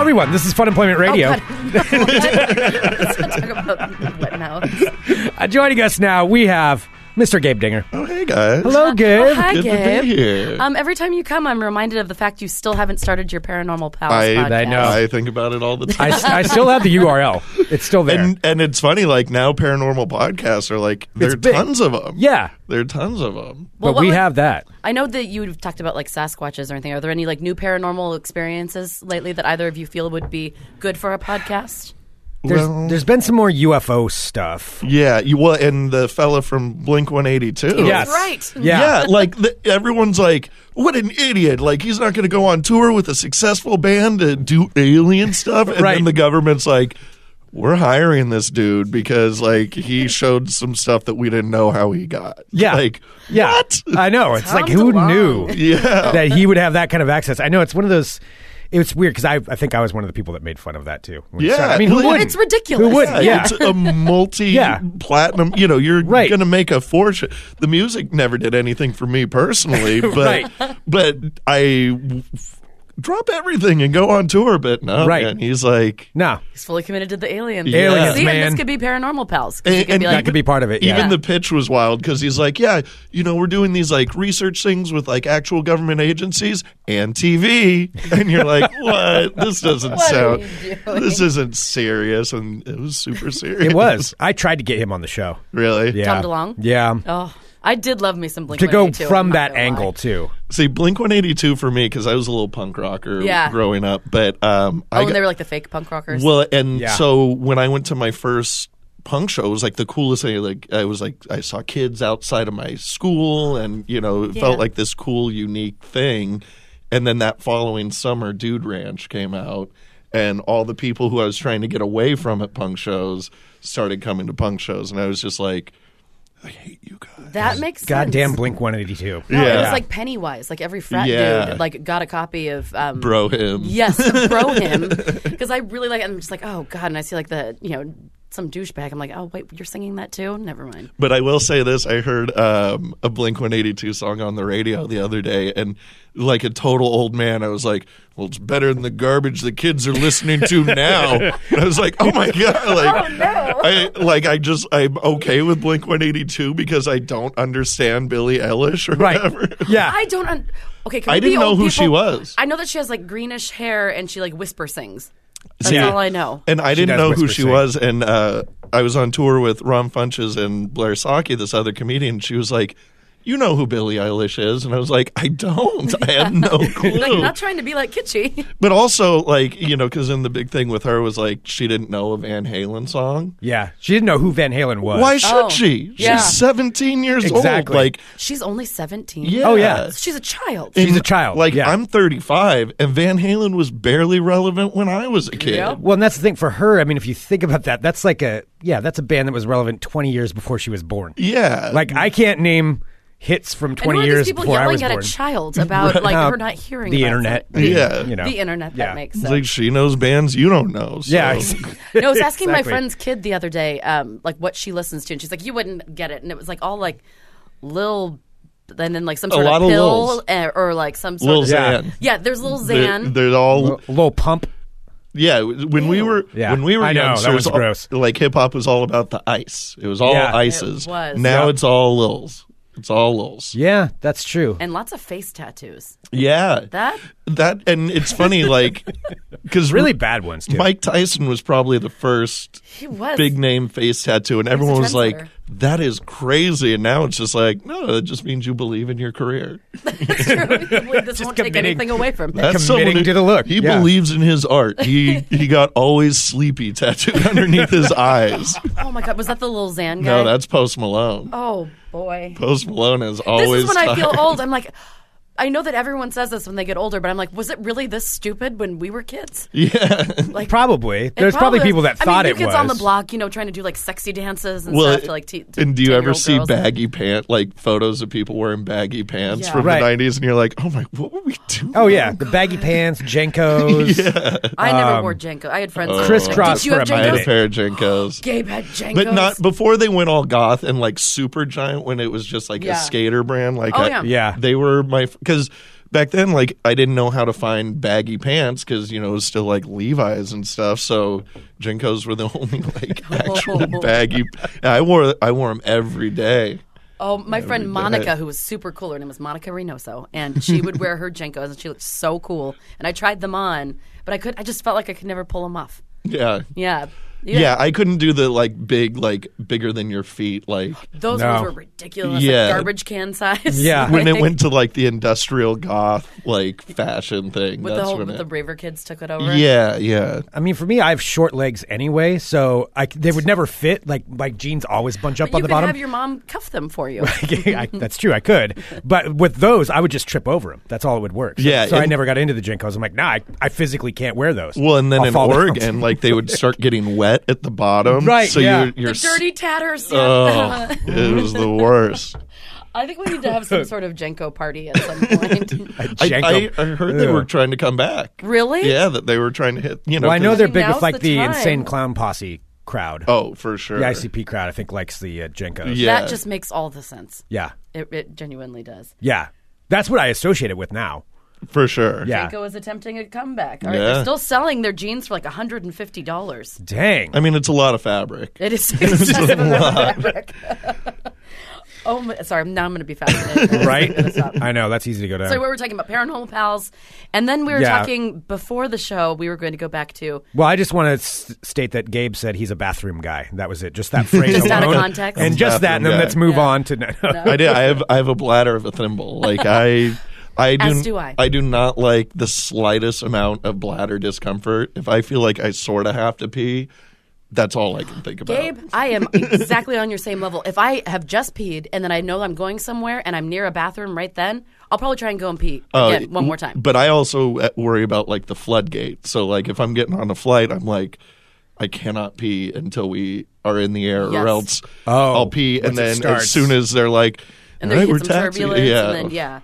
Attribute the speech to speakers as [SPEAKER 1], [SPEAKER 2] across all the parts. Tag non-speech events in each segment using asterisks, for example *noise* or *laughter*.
[SPEAKER 1] everyone. This is Fun Employment Radio.
[SPEAKER 2] Oh,
[SPEAKER 1] *laughs*
[SPEAKER 2] God. Let's not talk about wet mouths.
[SPEAKER 1] Uh, joining us now, we have Mr. Gabe Dinger.
[SPEAKER 3] Oh, hey guys.
[SPEAKER 1] Hello, Gabe.
[SPEAKER 2] Oh, Hi,
[SPEAKER 3] Good to
[SPEAKER 2] Gabe.
[SPEAKER 3] be here.
[SPEAKER 2] Um, every time you come, I'm reminded of the fact you still haven't started your paranormal powers
[SPEAKER 3] I-
[SPEAKER 2] podcast.
[SPEAKER 1] I know.
[SPEAKER 3] I think about it all the
[SPEAKER 1] *laughs* I,
[SPEAKER 3] time.
[SPEAKER 1] s- I still have the URL. It's still there.
[SPEAKER 3] and and it's funny, like now paranormal podcasts are like there
[SPEAKER 1] It's
[SPEAKER 3] are
[SPEAKER 1] big.
[SPEAKER 3] tons of them.
[SPEAKER 1] yeah,
[SPEAKER 3] there are tons of them.
[SPEAKER 2] Well,
[SPEAKER 1] but
[SPEAKER 2] what
[SPEAKER 1] we
[SPEAKER 2] would-
[SPEAKER 1] have that.
[SPEAKER 2] I know that you talked about like Sasquatches or anything. Are there any like new paranormal experiences lately that either of you feel would be good for a podcast?
[SPEAKER 1] There's,
[SPEAKER 3] well,
[SPEAKER 1] there's been some more UFO stuff.
[SPEAKER 3] yeah, you well, and the fella from Blink One Eighty Two.
[SPEAKER 1] Yes.
[SPEAKER 2] right.
[SPEAKER 1] Yeah.
[SPEAKER 3] Yeah, like the, everyone's like, "What an idiot!" Like he's not going to go on tour with a successful band to do alien stuff, and
[SPEAKER 1] Right.
[SPEAKER 3] then the government's like, "We're hiring this dude because like he showed some stuff that we didn't know how he got."
[SPEAKER 1] Yeah.
[SPEAKER 3] like
[SPEAKER 1] yeah.
[SPEAKER 3] what?
[SPEAKER 1] I know. It's like,
[SPEAKER 2] Tom
[SPEAKER 1] who
[SPEAKER 2] DeLonge.
[SPEAKER 1] knew?
[SPEAKER 3] Yeah,
[SPEAKER 1] that he would have that kind of access. I know it's one of those. It's weird because I, I think I was one of the people that made fun of that too. When we
[SPEAKER 3] Yeah,
[SPEAKER 1] started. I mean, who
[SPEAKER 3] well,
[SPEAKER 1] wouldn't?
[SPEAKER 2] It's ridiculous.
[SPEAKER 1] Who wouldn't? Yeah.
[SPEAKER 3] It's a multi
[SPEAKER 1] Yeah.
[SPEAKER 3] platinum. You know, you're
[SPEAKER 1] Right.
[SPEAKER 3] going to make a fortune. The music never did anything for
[SPEAKER 1] *laughs*
[SPEAKER 3] me personally, but
[SPEAKER 1] Right.
[SPEAKER 3] but I w- drop everything and go on tour. But no,
[SPEAKER 1] Right.
[SPEAKER 3] and he's like.
[SPEAKER 1] No,
[SPEAKER 2] He's fully committed to the alien.
[SPEAKER 3] Aliens,
[SPEAKER 2] See, and
[SPEAKER 1] man.
[SPEAKER 2] this could be paranormal pals. 'Cause
[SPEAKER 3] And-
[SPEAKER 2] you could
[SPEAKER 3] and
[SPEAKER 2] be
[SPEAKER 3] that
[SPEAKER 1] that
[SPEAKER 2] like,
[SPEAKER 1] could be part of it.
[SPEAKER 3] Even
[SPEAKER 1] yeah.
[SPEAKER 3] the pitch was wild because he's like, yeah, you know, we're doing these like research things with like actual government agencies and TV, and
[SPEAKER 1] *laughs*
[SPEAKER 3] you're like, what? This doesn't
[SPEAKER 2] What are
[SPEAKER 3] sound.
[SPEAKER 2] you doing?
[SPEAKER 3] This isn't serious, and it was super serious. *laughs*
[SPEAKER 1] it was. I tried to get him on the show.
[SPEAKER 3] really.
[SPEAKER 1] Yeah.
[SPEAKER 2] Tom DeLonge?
[SPEAKER 1] Yeah.
[SPEAKER 2] oh, I did love me some Blink.
[SPEAKER 1] to go
[SPEAKER 2] 182,
[SPEAKER 1] from
[SPEAKER 2] I'm not
[SPEAKER 1] that
[SPEAKER 2] gonna lie.
[SPEAKER 1] angle too.
[SPEAKER 3] See, Blink 182 for me because I was a little punk rocker
[SPEAKER 2] Yeah.
[SPEAKER 3] growing up, but um,
[SPEAKER 2] Oh,
[SPEAKER 3] I
[SPEAKER 2] and
[SPEAKER 3] got-
[SPEAKER 2] they were like the fake punk rockers.
[SPEAKER 3] well, and
[SPEAKER 1] Yeah.
[SPEAKER 3] so when I went to my first punk show, it was like the coolest thing. Like I was like I saw kids outside of my school, and you know, it
[SPEAKER 2] Yeah.
[SPEAKER 3] felt like this cool, unique thing. And then that following summer, Dude Ranch came out, and all the people who I was trying to get away from at punk shows started coming to punk shows, and I was just like, I hate you guys.
[SPEAKER 2] that makes
[SPEAKER 1] Goddamn
[SPEAKER 2] sense.
[SPEAKER 1] Blink 182.
[SPEAKER 2] No, it
[SPEAKER 3] Yeah.
[SPEAKER 2] was like Pennywise. Like every frat
[SPEAKER 3] Yeah.
[SPEAKER 2] dude, like got a copy of um,
[SPEAKER 3] Bro him.
[SPEAKER 2] Yes,
[SPEAKER 3] *laughs*
[SPEAKER 2] to bro him because I really like. I'm just like, oh god, and I see like the you know some douchebag. I'm like, oh wait, you're singing that too? Never mind.
[SPEAKER 3] But I will say this: I heard um, a Blink One Eighty Two song on the radio the other day, and like a total old man, I was like, "Well, it's better than the garbage the kids are listening to now." and I was like, "Oh my god!" Like, I like I just I'm okay with Blink One Eighty Two because I don't understand Billie Eilish or
[SPEAKER 1] Right.
[SPEAKER 3] whatever. *laughs*
[SPEAKER 1] Yeah.
[SPEAKER 2] I don't. Un- okay, can
[SPEAKER 3] Ah. I
[SPEAKER 2] we be
[SPEAKER 3] didn't know
[SPEAKER 2] old
[SPEAKER 3] who
[SPEAKER 2] people?
[SPEAKER 3] she was.
[SPEAKER 2] I know that she has like greenish hair and she like whisper sings. That's
[SPEAKER 1] Yeah.
[SPEAKER 2] all I know.
[SPEAKER 3] And I
[SPEAKER 1] does
[SPEAKER 3] didn't know who
[SPEAKER 1] whisper
[SPEAKER 3] she
[SPEAKER 1] sing.
[SPEAKER 3] was. And uh, I was on tour with Ron Funches and Blair Saki, this other comedian. She was like, You know who Billie Eilish is. And I was like, I don't. I have no
[SPEAKER 2] *laughs* Like,
[SPEAKER 3] clue.
[SPEAKER 2] not trying to be like kitschy. *laughs*
[SPEAKER 3] but also, like, you know, because then the big thing with her was like, she didn't know a Van Halen song.
[SPEAKER 1] Yeah. She didn't know who Van Halen was.
[SPEAKER 3] Why should
[SPEAKER 2] Oh,
[SPEAKER 3] she?
[SPEAKER 2] yeah.
[SPEAKER 3] She's 17 years
[SPEAKER 1] Exactly.
[SPEAKER 3] old. Like,
[SPEAKER 2] She's only 17.
[SPEAKER 3] yeah.
[SPEAKER 1] Oh, yeah.
[SPEAKER 2] She's a child.
[SPEAKER 1] She's
[SPEAKER 3] And,
[SPEAKER 1] a child,
[SPEAKER 3] Like,
[SPEAKER 1] yeah.
[SPEAKER 3] I'm 35, and Van Halen was barely relevant when I was a kid.
[SPEAKER 2] Yep.
[SPEAKER 1] Well, and that's the thing for her. I mean, if you think about that, that's like a yeah, that's a band that was relevant 20 years before she was born.
[SPEAKER 3] Yeah.
[SPEAKER 1] Like I can't name hits from
[SPEAKER 2] and
[SPEAKER 1] 20
[SPEAKER 2] who are
[SPEAKER 1] years
[SPEAKER 2] these people
[SPEAKER 1] before I
[SPEAKER 2] yelling
[SPEAKER 1] was
[SPEAKER 2] at
[SPEAKER 1] born.
[SPEAKER 2] a
[SPEAKER 1] *laughs*
[SPEAKER 2] child about like
[SPEAKER 1] Uh,
[SPEAKER 2] her not hearing
[SPEAKER 1] the
[SPEAKER 2] about
[SPEAKER 1] internet.
[SPEAKER 2] it?
[SPEAKER 3] Yeah.
[SPEAKER 1] You know.
[SPEAKER 2] The internet.
[SPEAKER 1] Yeah.
[SPEAKER 2] That makes
[SPEAKER 3] It's
[SPEAKER 2] sense.
[SPEAKER 3] like she knows bands you don't know. So.
[SPEAKER 1] Yeah. *laughs*
[SPEAKER 2] No, I was asking my
[SPEAKER 1] Exactly.
[SPEAKER 2] friend's kid the other day, um, like what she listens to, and she's like, "You wouldn't get it," and it was like all like Lil, and then like some sort
[SPEAKER 3] lot
[SPEAKER 2] of
[SPEAKER 3] of
[SPEAKER 2] pill
[SPEAKER 3] Lils.
[SPEAKER 2] eh, or like some sort
[SPEAKER 3] Lil
[SPEAKER 2] of
[SPEAKER 3] Xan.
[SPEAKER 2] yeah. There's Lil
[SPEAKER 3] They're,
[SPEAKER 2] Xan.
[SPEAKER 3] they're all
[SPEAKER 1] Low pump.
[SPEAKER 3] yeah. When we were
[SPEAKER 1] Yeah.
[SPEAKER 3] when we were
[SPEAKER 1] I know, that
[SPEAKER 3] youngsters,
[SPEAKER 1] was
[SPEAKER 3] all-
[SPEAKER 1] gross.
[SPEAKER 3] like hip hop was all about the ice. It was all
[SPEAKER 1] Yeah. It
[SPEAKER 3] ices.
[SPEAKER 2] was.
[SPEAKER 3] Now
[SPEAKER 1] Yeah.
[SPEAKER 3] it's all lils. It's all lils.
[SPEAKER 1] Yeah, that's true.
[SPEAKER 2] and lots of face tattoos.
[SPEAKER 3] Yeah,
[SPEAKER 2] That
[SPEAKER 3] that and it's
[SPEAKER 2] *laughs*
[SPEAKER 3] funny like because
[SPEAKER 1] really bad ones too.
[SPEAKER 3] Mike Tyson was probably the first
[SPEAKER 2] he was *laughs*
[SPEAKER 3] big name face tattoo, and everyone was like,
[SPEAKER 2] trendsetter.
[SPEAKER 3] "That is crazy." And now it's just like, no, that just means you believe in your career.
[SPEAKER 2] this won't take
[SPEAKER 1] committing.
[SPEAKER 2] anything away from it.
[SPEAKER 3] That's
[SPEAKER 1] Committing
[SPEAKER 3] someone who,
[SPEAKER 1] to the look,
[SPEAKER 3] He
[SPEAKER 1] yeah.
[SPEAKER 3] believes in his art. He he got always sleepy tattooed underneath his eyes.
[SPEAKER 2] Oh my god, was that the Lil Xan guy?
[SPEAKER 3] No, that's Post Malone.
[SPEAKER 2] oh boy.
[SPEAKER 3] Post Malone is
[SPEAKER 2] This
[SPEAKER 3] always.
[SPEAKER 2] is when I feel
[SPEAKER 3] tired.
[SPEAKER 2] old. I'm like. I know that everyone says this when they get older, but I'm like, was it really this stupid when we were kids?
[SPEAKER 3] *laughs* Yeah.
[SPEAKER 1] Probably.
[SPEAKER 2] It
[SPEAKER 1] There's probably,
[SPEAKER 2] was.
[SPEAKER 1] people that
[SPEAKER 2] I
[SPEAKER 1] thought
[SPEAKER 2] mean,
[SPEAKER 1] it
[SPEAKER 2] new kids
[SPEAKER 1] was.
[SPEAKER 2] on the block, you know, trying to do like sexy dances and
[SPEAKER 3] Well,
[SPEAKER 2] stuff to like. Te- to
[SPEAKER 3] and do you ever
[SPEAKER 2] 10-year-old
[SPEAKER 3] see
[SPEAKER 2] girls.
[SPEAKER 3] baggy pant like photos of people wearing baggy pants
[SPEAKER 2] Yeah.
[SPEAKER 3] from
[SPEAKER 1] Right.
[SPEAKER 3] the '90s? And you're like, oh my, what were we doing?
[SPEAKER 1] Oh yeah, the baggy pants, Jenkos.
[SPEAKER 3] *laughs*
[SPEAKER 2] I never
[SPEAKER 3] Um,
[SPEAKER 2] wore Jenko. I had
[SPEAKER 3] uh,
[SPEAKER 2] friends. who-
[SPEAKER 1] Crisscross
[SPEAKER 2] Did you have
[SPEAKER 1] for a
[SPEAKER 3] I had a
[SPEAKER 1] minute.
[SPEAKER 2] Jenkos?
[SPEAKER 3] pair of Jenkos.
[SPEAKER 2] Gabe had Jenkos.
[SPEAKER 3] But not before they went all goth and like super giant when it was just like
[SPEAKER 2] Yeah.
[SPEAKER 3] a skater brand. Like,
[SPEAKER 2] Oh,
[SPEAKER 3] I-
[SPEAKER 2] yeah.
[SPEAKER 1] Yeah.
[SPEAKER 3] they were my because back then, like I didn't know how to find baggy pants because you know it was still like Levi's and stuff. So Jinkos were the *laughs* only like
[SPEAKER 2] *laughs*
[SPEAKER 3] actual baggy. I wore I wore them every day.
[SPEAKER 2] Oh, my friend Monica, who was super cool, her name was Monica Reynoso, and she would wear her Jenkos, and she looked so cool. And I tried them on, but I could. I just felt like I could never pull them off.
[SPEAKER 3] Yeah.
[SPEAKER 2] Yeah,
[SPEAKER 3] Yeah, I couldn't do the like big, like bigger than your feet, like
[SPEAKER 2] Those
[SPEAKER 1] No.
[SPEAKER 2] ones were ridiculous,
[SPEAKER 3] Yeah.
[SPEAKER 2] like garbage can size.
[SPEAKER 1] Yeah.
[SPEAKER 3] when
[SPEAKER 2] *laughs*
[SPEAKER 3] it
[SPEAKER 2] Like,
[SPEAKER 3] went to like the industrial goth like fashion thing.
[SPEAKER 2] with
[SPEAKER 3] that's
[SPEAKER 2] the whole
[SPEAKER 3] when
[SPEAKER 2] with
[SPEAKER 3] it,
[SPEAKER 2] the Braver kids took it over.
[SPEAKER 3] yeah, yeah.
[SPEAKER 1] I mean, for me, I have short legs anyway, so I c they would never fit. Like my jeans always bunch up
[SPEAKER 2] you
[SPEAKER 1] on the
[SPEAKER 2] could
[SPEAKER 1] bottom.
[SPEAKER 2] have your mom cuff them for you.
[SPEAKER 1] *laughs* I, that's true. I could, but with those, I would just trip over them. That's all it would work. So,
[SPEAKER 3] Yeah,
[SPEAKER 1] So I
[SPEAKER 3] and-
[SPEAKER 1] never got into the Jinkos. I'm like, nah, I, I physically can't wear those.
[SPEAKER 3] Well, and then
[SPEAKER 1] I'll
[SPEAKER 3] in
[SPEAKER 1] fall down.
[SPEAKER 3] Oregon, like they would start getting wet at the bottom,
[SPEAKER 1] Right,
[SPEAKER 3] So
[SPEAKER 1] yeah.
[SPEAKER 3] you're, you're
[SPEAKER 2] the dirty tatters. yeah.
[SPEAKER 3] Oh, *laughs* it was the worst.
[SPEAKER 2] *laughs* I think we need to have
[SPEAKER 3] *laughs*
[SPEAKER 2] some sort of Jenko party at some point.
[SPEAKER 1] A Jenko.
[SPEAKER 3] I, I, I heard they
[SPEAKER 1] Ew.
[SPEAKER 3] were trying to come back.
[SPEAKER 2] Really?
[SPEAKER 3] Yeah, that they were trying to hit. You know,
[SPEAKER 1] Well, I know
[SPEAKER 3] 'cause-
[SPEAKER 1] they're big
[SPEAKER 2] Now's
[SPEAKER 1] with like the,
[SPEAKER 2] the time.
[SPEAKER 1] insane clown posse crowd.
[SPEAKER 3] Oh, for sure.
[SPEAKER 1] The ICP crowd, I think, likes the uh, Jenkos.
[SPEAKER 3] Yeah.
[SPEAKER 2] That just makes all the sense.
[SPEAKER 1] yeah,
[SPEAKER 2] It, it genuinely does.
[SPEAKER 1] yeah. That's what I associate it with now.
[SPEAKER 3] for sure.
[SPEAKER 1] Yeah.
[SPEAKER 2] Jenko is attempting a comeback. All right,
[SPEAKER 3] Yeah.
[SPEAKER 2] they're still selling their jeans for like $150.
[SPEAKER 1] Dang.
[SPEAKER 3] I mean, it's a lot of fabric.
[SPEAKER 2] It
[SPEAKER 3] *laughs*
[SPEAKER 2] is expensive amount of fabric. *laughs* oh, my, sorry. Now I'm going to be
[SPEAKER 3] *laughs*
[SPEAKER 2] fascinated.
[SPEAKER 1] right?
[SPEAKER 2] That's not-
[SPEAKER 1] I know that's easy to go down.
[SPEAKER 2] So we were talking about paranormal pals, and then we were
[SPEAKER 1] Yeah.
[SPEAKER 2] talking before the show. We were going to go back to
[SPEAKER 1] well, I just want to s- state that Gabe said he's a bathroom guy. That was it.
[SPEAKER 2] *laughs*
[SPEAKER 1] Just that phrase
[SPEAKER 2] Just out of
[SPEAKER 1] alone.
[SPEAKER 2] context.
[SPEAKER 1] and
[SPEAKER 2] I'm
[SPEAKER 1] just that, and
[SPEAKER 3] bathroom
[SPEAKER 1] then
[SPEAKER 3] guy.
[SPEAKER 1] let's move on to. No,
[SPEAKER 3] I did. I have. I have a bladder of a thimble. Like I. I do,
[SPEAKER 2] As do I.
[SPEAKER 3] do not like the slightest amount of bladder discomfort. If I feel like I sort of have to pee, that's all I can think about.
[SPEAKER 2] Gabe. I
[SPEAKER 3] *laughs*
[SPEAKER 2] am exactly on your same level. If I have just peed and then I know I'm going somewhere and I'm near a bathroom right then, I'll probably try and go and pee again one more time.
[SPEAKER 3] Oh, But I also uh, worry about like the floodgate. So like if I'm getting on a flight, I'm like, I cannot pee until we are in the air,
[SPEAKER 2] Yes.
[SPEAKER 3] or else
[SPEAKER 1] Oh,
[SPEAKER 3] I'll pee.
[SPEAKER 1] once
[SPEAKER 3] And
[SPEAKER 1] it
[SPEAKER 3] then
[SPEAKER 1] starts.
[SPEAKER 3] as soon as they're like,
[SPEAKER 2] and
[SPEAKER 3] "All
[SPEAKER 2] there
[SPEAKER 3] right, we're
[SPEAKER 2] hits some
[SPEAKER 3] taxiing,"
[SPEAKER 2] turbulence,
[SPEAKER 3] yeah.
[SPEAKER 2] and then yeah.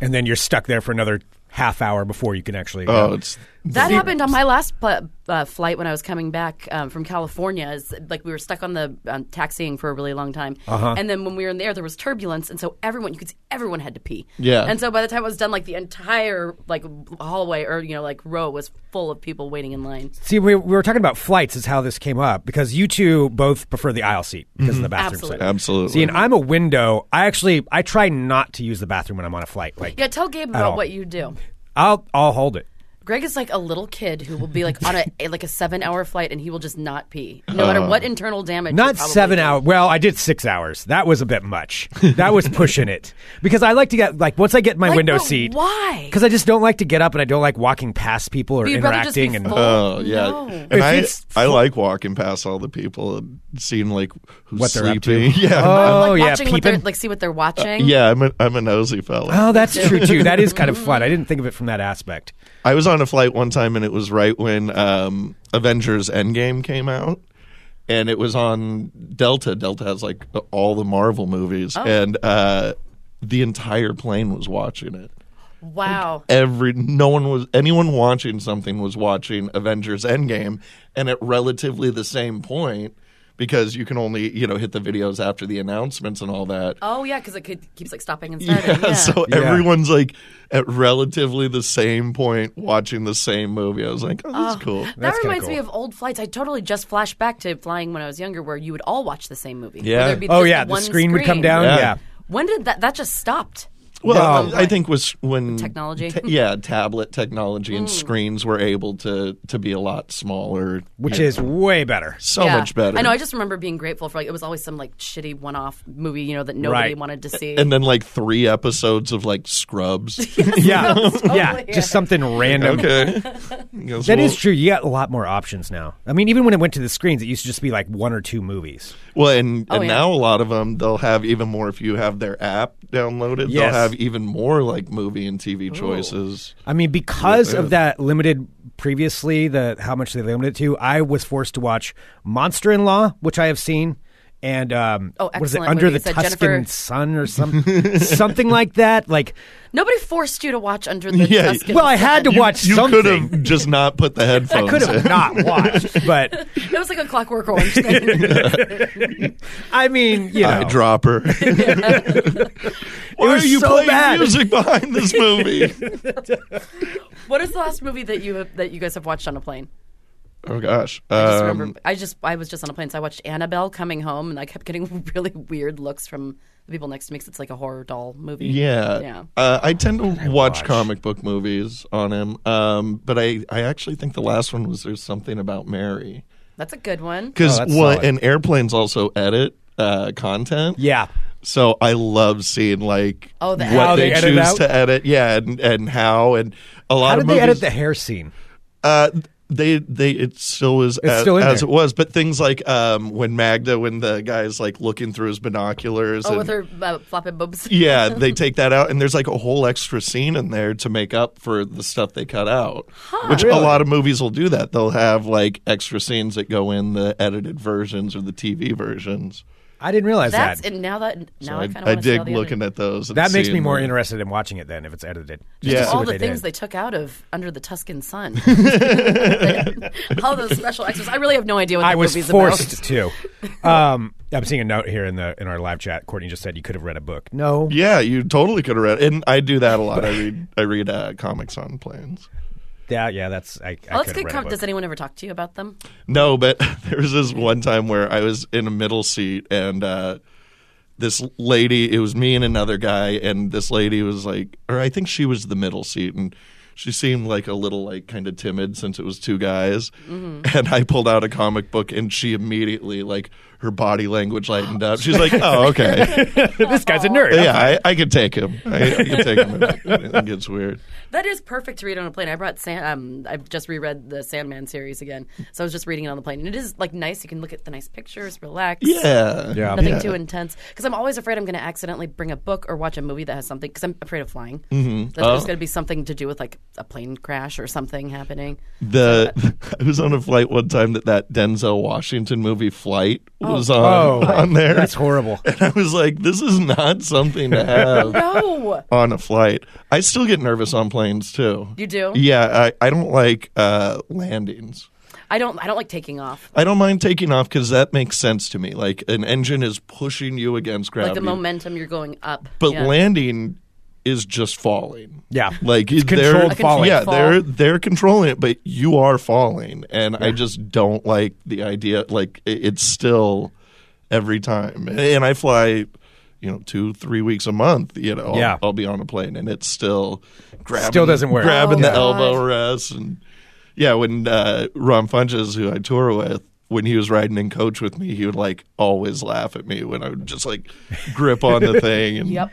[SPEAKER 1] and then you're stuck there for another half hour before you can actually.
[SPEAKER 3] Oh, it's
[SPEAKER 2] That happened on my last pl- uh, flight when I was coming back um, from California. Is like we were stuck on the um, taxiing for a really long time,
[SPEAKER 3] Uh-huh.
[SPEAKER 2] and then when we were in the air, there was turbulence, and so everyone you could see everyone had to pee.
[SPEAKER 3] Yeah.
[SPEAKER 2] And so by the time I was done, like the entire like hallway or you know like row was full of people waiting in line.
[SPEAKER 1] See, we, we were talking about flights is how this came up because you two both prefer the aisle seat because of the bathroom
[SPEAKER 2] Mhm. Absolutely.
[SPEAKER 1] seat.
[SPEAKER 3] absolutely.
[SPEAKER 1] See, and I'm a window. I actually I try not to use the bathroom when I'm on a flight. Like
[SPEAKER 2] Yeah, tell Gabe about
[SPEAKER 1] all.
[SPEAKER 2] what you do.
[SPEAKER 1] I'll I'll hold it.
[SPEAKER 2] Greg is like a little kid who will be like
[SPEAKER 1] *laughs*
[SPEAKER 2] on a like a seven hour flight and he will just not pee no matter what internal damage.
[SPEAKER 1] Uh. Not
[SPEAKER 2] it probably
[SPEAKER 1] seven
[SPEAKER 2] did.
[SPEAKER 1] hours. Well, I did six hours. That was a bit much. That was pushing
[SPEAKER 2] *laughs*
[SPEAKER 1] it because I like to get like once I get my
[SPEAKER 2] Like,
[SPEAKER 1] window
[SPEAKER 2] but
[SPEAKER 1] seat.
[SPEAKER 2] Why?
[SPEAKER 1] Because I just don't like to get up and I don't like walking past people or
[SPEAKER 2] You'd rather just be
[SPEAKER 1] interacting. And
[SPEAKER 2] full.
[SPEAKER 3] Oh yeah,
[SPEAKER 2] No.
[SPEAKER 3] and I
[SPEAKER 1] it's
[SPEAKER 3] I like walking past all the people and seeing like who's
[SPEAKER 1] What they're up to.
[SPEAKER 3] sleeping. *laughs* Yeah,
[SPEAKER 1] oh
[SPEAKER 2] like
[SPEAKER 1] yeah,
[SPEAKER 2] watching what they're
[SPEAKER 1] peeping.
[SPEAKER 2] like see what they're watching.
[SPEAKER 3] Uh, yeah. I'm a I'm a nosy fella.
[SPEAKER 1] oh, that's true too. That is kind
[SPEAKER 2] *laughs*
[SPEAKER 1] of fun. I didn't think of it from that aspect.
[SPEAKER 3] I was on a flight one time, and it was right when um, Avengers Endgame came out, and it was on Delta. Delta has like all the Marvel movies, and uh, the entire plane was watching it.
[SPEAKER 2] Wow.
[SPEAKER 3] Every no one was anyone watching something was watching Avengers Endgame, and at relatively the same point because you can only you know hit the videos after the announcements and all that.
[SPEAKER 2] Oh yeah, because it could, keeps like stopping and
[SPEAKER 3] Yeah, *laughs*
[SPEAKER 2] starting. Yeah.
[SPEAKER 3] so
[SPEAKER 1] Yeah.
[SPEAKER 3] everyone's like at relatively the same point watching the same movie. I was like, oh, that's cool.
[SPEAKER 2] that
[SPEAKER 1] That's kinda
[SPEAKER 2] reminds me
[SPEAKER 1] cool.
[SPEAKER 2] of old flights. I totally just flashed back to flying when I was younger, where you would all watch the same movie. where
[SPEAKER 3] Yeah.
[SPEAKER 2] there'd be
[SPEAKER 1] Oh
[SPEAKER 2] just
[SPEAKER 1] yeah, the
[SPEAKER 2] one
[SPEAKER 1] screen would come down.
[SPEAKER 3] Yeah.
[SPEAKER 1] Yeah.
[SPEAKER 2] When did that? That just stopped.
[SPEAKER 3] Well,
[SPEAKER 1] No.
[SPEAKER 3] I think was when
[SPEAKER 2] Technology? Mm.
[SPEAKER 3] ta- yeah, tablet technology and screens were able to to be a lot smaller,
[SPEAKER 1] which
[SPEAKER 3] you know,
[SPEAKER 1] is way
[SPEAKER 3] *laughs*
[SPEAKER 1] better.
[SPEAKER 3] so
[SPEAKER 2] Yeah.
[SPEAKER 3] much better.
[SPEAKER 2] I know. I just remember being grateful for like it was always some like shitty one-off movie, you know, that nobody
[SPEAKER 1] Right.
[SPEAKER 2] wanted to see.
[SPEAKER 3] and then like three episodes of like
[SPEAKER 2] *laughs*
[SPEAKER 3] Scrubs. *laughs*
[SPEAKER 1] Yeah, yeah,
[SPEAKER 2] Totally.
[SPEAKER 1] just something random.
[SPEAKER 3] okay, Yes,
[SPEAKER 1] That
[SPEAKER 3] well,
[SPEAKER 1] is true. You got a lot more options now. I mean, even when it went to the screens, it used to just be like one or two movies.
[SPEAKER 3] Well, and, and
[SPEAKER 2] Oh, yeah.
[SPEAKER 3] now a lot of them they'll have even more if you have their app downloaded.
[SPEAKER 1] Yes.
[SPEAKER 3] They'll have even more like movie and TV choices.
[SPEAKER 1] I mean, because of that limited previously, the how much they limited it to, I was forced to watch Monster in Law, which I have seen, and um,
[SPEAKER 2] Oh,
[SPEAKER 1] what is it?
[SPEAKER 2] excellent
[SPEAKER 1] Under
[SPEAKER 2] movie.
[SPEAKER 1] the
[SPEAKER 2] Is that
[SPEAKER 1] Tuscan
[SPEAKER 2] Jennifer-
[SPEAKER 1] Sun or some something like that.
[SPEAKER 3] *laughs*
[SPEAKER 1] Like,
[SPEAKER 2] Nobody forced you to watch Under the
[SPEAKER 3] Yeah,
[SPEAKER 2] Tuscan
[SPEAKER 1] well, I had to
[SPEAKER 2] Sun.
[SPEAKER 1] watch
[SPEAKER 3] You could
[SPEAKER 1] something.
[SPEAKER 3] have just not put the
[SPEAKER 1] I
[SPEAKER 3] headphones
[SPEAKER 1] could have
[SPEAKER 3] in.
[SPEAKER 1] not watched, but
[SPEAKER 2] It was like a Clockwork Orange
[SPEAKER 3] *laughs*
[SPEAKER 2] thing.
[SPEAKER 1] I mean, you know, *laughs*
[SPEAKER 3] Eyedropper. Why
[SPEAKER 1] was
[SPEAKER 3] are you
[SPEAKER 1] so
[SPEAKER 3] playing
[SPEAKER 1] bad.
[SPEAKER 3] music behind this
[SPEAKER 1] *laughs*
[SPEAKER 3] movie?
[SPEAKER 2] what is the last movie that you have, that you guys have watched on a plane?
[SPEAKER 3] oh gosh.
[SPEAKER 2] I just
[SPEAKER 3] Um,
[SPEAKER 2] remember I just I was just on a plane, so I watched Annabelle coming home, and I kept getting *laughs* really weird looks from the people next to me 'cause it's like a horror doll movie.
[SPEAKER 3] Yeah.
[SPEAKER 2] yeah.
[SPEAKER 3] Uh, I tend to watch, comic book movies on him, um, but I, I actually think the last one was There's Something About Mary.
[SPEAKER 2] That's a good one.
[SPEAKER 3] Because,
[SPEAKER 1] Oh, that's
[SPEAKER 3] well,
[SPEAKER 1] solid.
[SPEAKER 3] and airplanes also edit uh, content.
[SPEAKER 1] yeah.
[SPEAKER 3] So I love seeing, like,
[SPEAKER 2] Oh, the
[SPEAKER 3] what
[SPEAKER 2] How
[SPEAKER 1] they
[SPEAKER 3] they,
[SPEAKER 1] edit
[SPEAKER 3] choose
[SPEAKER 1] out?
[SPEAKER 3] to edit. Yeah, and, and how. And a
[SPEAKER 1] How
[SPEAKER 3] lot of
[SPEAKER 1] did
[SPEAKER 3] movies.
[SPEAKER 1] they edit the hair scene?
[SPEAKER 3] Uh, they they it still is as,
[SPEAKER 1] still in
[SPEAKER 3] as it
[SPEAKER 1] there.
[SPEAKER 3] was, but things like um when Magda, when the guy's like looking through his binoculars,
[SPEAKER 2] Oh,
[SPEAKER 3] and,
[SPEAKER 2] with her uh, flopping boobs. *laughs*
[SPEAKER 3] yeah, they take that out, and there's like a whole extra scene in there to make up for the stuff they cut out, which a lot of movies will do that. They'll have like extra scenes that go in the edited versions or the TV versions.
[SPEAKER 1] I didn't realize
[SPEAKER 2] That's
[SPEAKER 1] that.
[SPEAKER 2] and now that now I
[SPEAKER 3] I,
[SPEAKER 2] kind of
[SPEAKER 3] I dig looking at those. and
[SPEAKER 1] That makes me
[SPEAKER 3] seeing
[SPEAKER 1] more
[SPEAKER 3] the-
[SPEAKER 1] interested in watching it then if it's edited. Just
[SPEAKER 3] Yeah.
[SPEAKER 1] to see
[SPEAKER 2] all
[SPEAKER 1] what
[SPEAKER 2] the
[SPEAKER 1] they
[SPEAKER 2] things
[SPEAKER 1] did.
[SPEAKER 2] they took out of Under the
[SPEAKER 1] *laughs*
[SPEAKER 2] Tuscan Sun. *laughs* all those special extras. I really have no idea what
[SPEAKER 1] I
[SPEAKER 2] the
[SPEAKER 1] was
[SPEAKER 2] movie's
[SPEAKER 1] forced
[SPEAKER 2] about. *laughs*
[SPEAKER 1] to. Um, I'm seeing a note here in the in our live chat. Courtney just said you could have read a book. No,
[SPEAKER 3] Yeah, you totally could have read, and I do that a lot. I read I read uh, comics on planes.
[SPEAKER 1] yeah, yeah. That's I. I
[SPEAKER 2] Oh,
[SPEAKER 1] could
[SPEAKER 2] that's
[SPEAKER 1] have
[SPEAKER 2] good.
[SPEAKER 1] read a
[SPEAKER 2] Com-
[SPEAKER 1] book.
[SPEAKER 2] Does anyone ever talk to you about them?
[SPEAKER 3] No, but *laughs* there was this one time where I was in a middle seat and uh, this lady, it was me and another guy, and this lady was like, or I think she was the middle seat, and she seemed like a little like kind of timid since it was two guys. And I pulled out a comic book and she immediately, like, her body language lightened up. She's like, oh, okay.
[SPEAKER 1] *laughs* this guy's a nerd.
[SPEAKER 3] yeah, I, I could take him. I, I could take him. It gets weird.
[SPEAKER 2] That is perfect to read on a plane. I brought San- um, I've just reread the Sandman series again, so I was just reading it on the plane, and it is like nice. You can look at the nice pictures, relax.
[SPEAKER 3] Yeah.
[SPEAKER 1] Yeah.
[SPEAKER 2] Nothing too intense because I'm always afraid I'm going to accidentally bring a book or watch a movie that has something because I'm afraid of flying. Mm-hmm. That
[SPEAKER 1] Oh.
[SPEAKER 2] there's going to be something to do with like a plane crash or something happening.
[SPEAKER 3] The *laughs* I was on a flight one time that that Denzel Washington movie Flight was
[SPEAKER 1] Oh,
[SPEAKER 3] on *laughs* on
[SPEAKER 1] *laughs*
[SPEAKER 3] there.
[SPEAKER 1] That's horrible.
[SPEAKER 3] And I was like, this is not something
[SPEAKER 2] *laughs*
[SPEAKER 3] to have
[SPEAKER 2] No,
[SPEAKER 3] on a flight. I still get nervous on planes too.
[SPEAKER 2] you do.
[SPEAKER 3] Yeah, I, I don't like uh, landings.
[SPEAKER 2] I don't. I don't like taking off.
[SPEAKER 3] I don't mind taking off because that makes sense to me. Like an engine is pushing you against
[SPEAKER 2] Like
[SPEAKER 3] gravity,
[SPEAKER 2] the momentum, you're going up.
[SPEAKER 3] but
[SPEAKER 2] Yeah.
[SPEAKER 3] landing is just falling.
[SPEAKER 1] Yeah.
[SPEAKER 3] like
[SPEAKER 1] It's
[SPEAKER 3] they're
[SPEAKER 1] controlled A controlled falling.
[SPEAKER 3] Yeah,
[SPEAKER 2] fall.
[SPEAKER 3] they're they're controlling it, but you are falling, and I just don't like the idea. Like it- it's still every time, and I fly. You know, two, three weeks a month. You know, I'll-
[SPEAKER 1] Yeah.
[SPEAKER 3] I'll, be on a plane, and it's still grabbing,
[SPEAKER 1] Still doesn't work.
[SPEAKER 3] Grabbing
[SPEAKER 2] Oh,
[SPEAKER 3] the
[SPEAKER 2] God.
[SPEAKER 3] elbow rest, and yeah, when uh, Ron Funches, who I tour with, when he was riding in coach with me, he would like always laugh at me when I would just like grip on
[SPEAKER 2] *laughs*
[SPEAKER 3] the thing. And
[SPEAKER 2] Yep.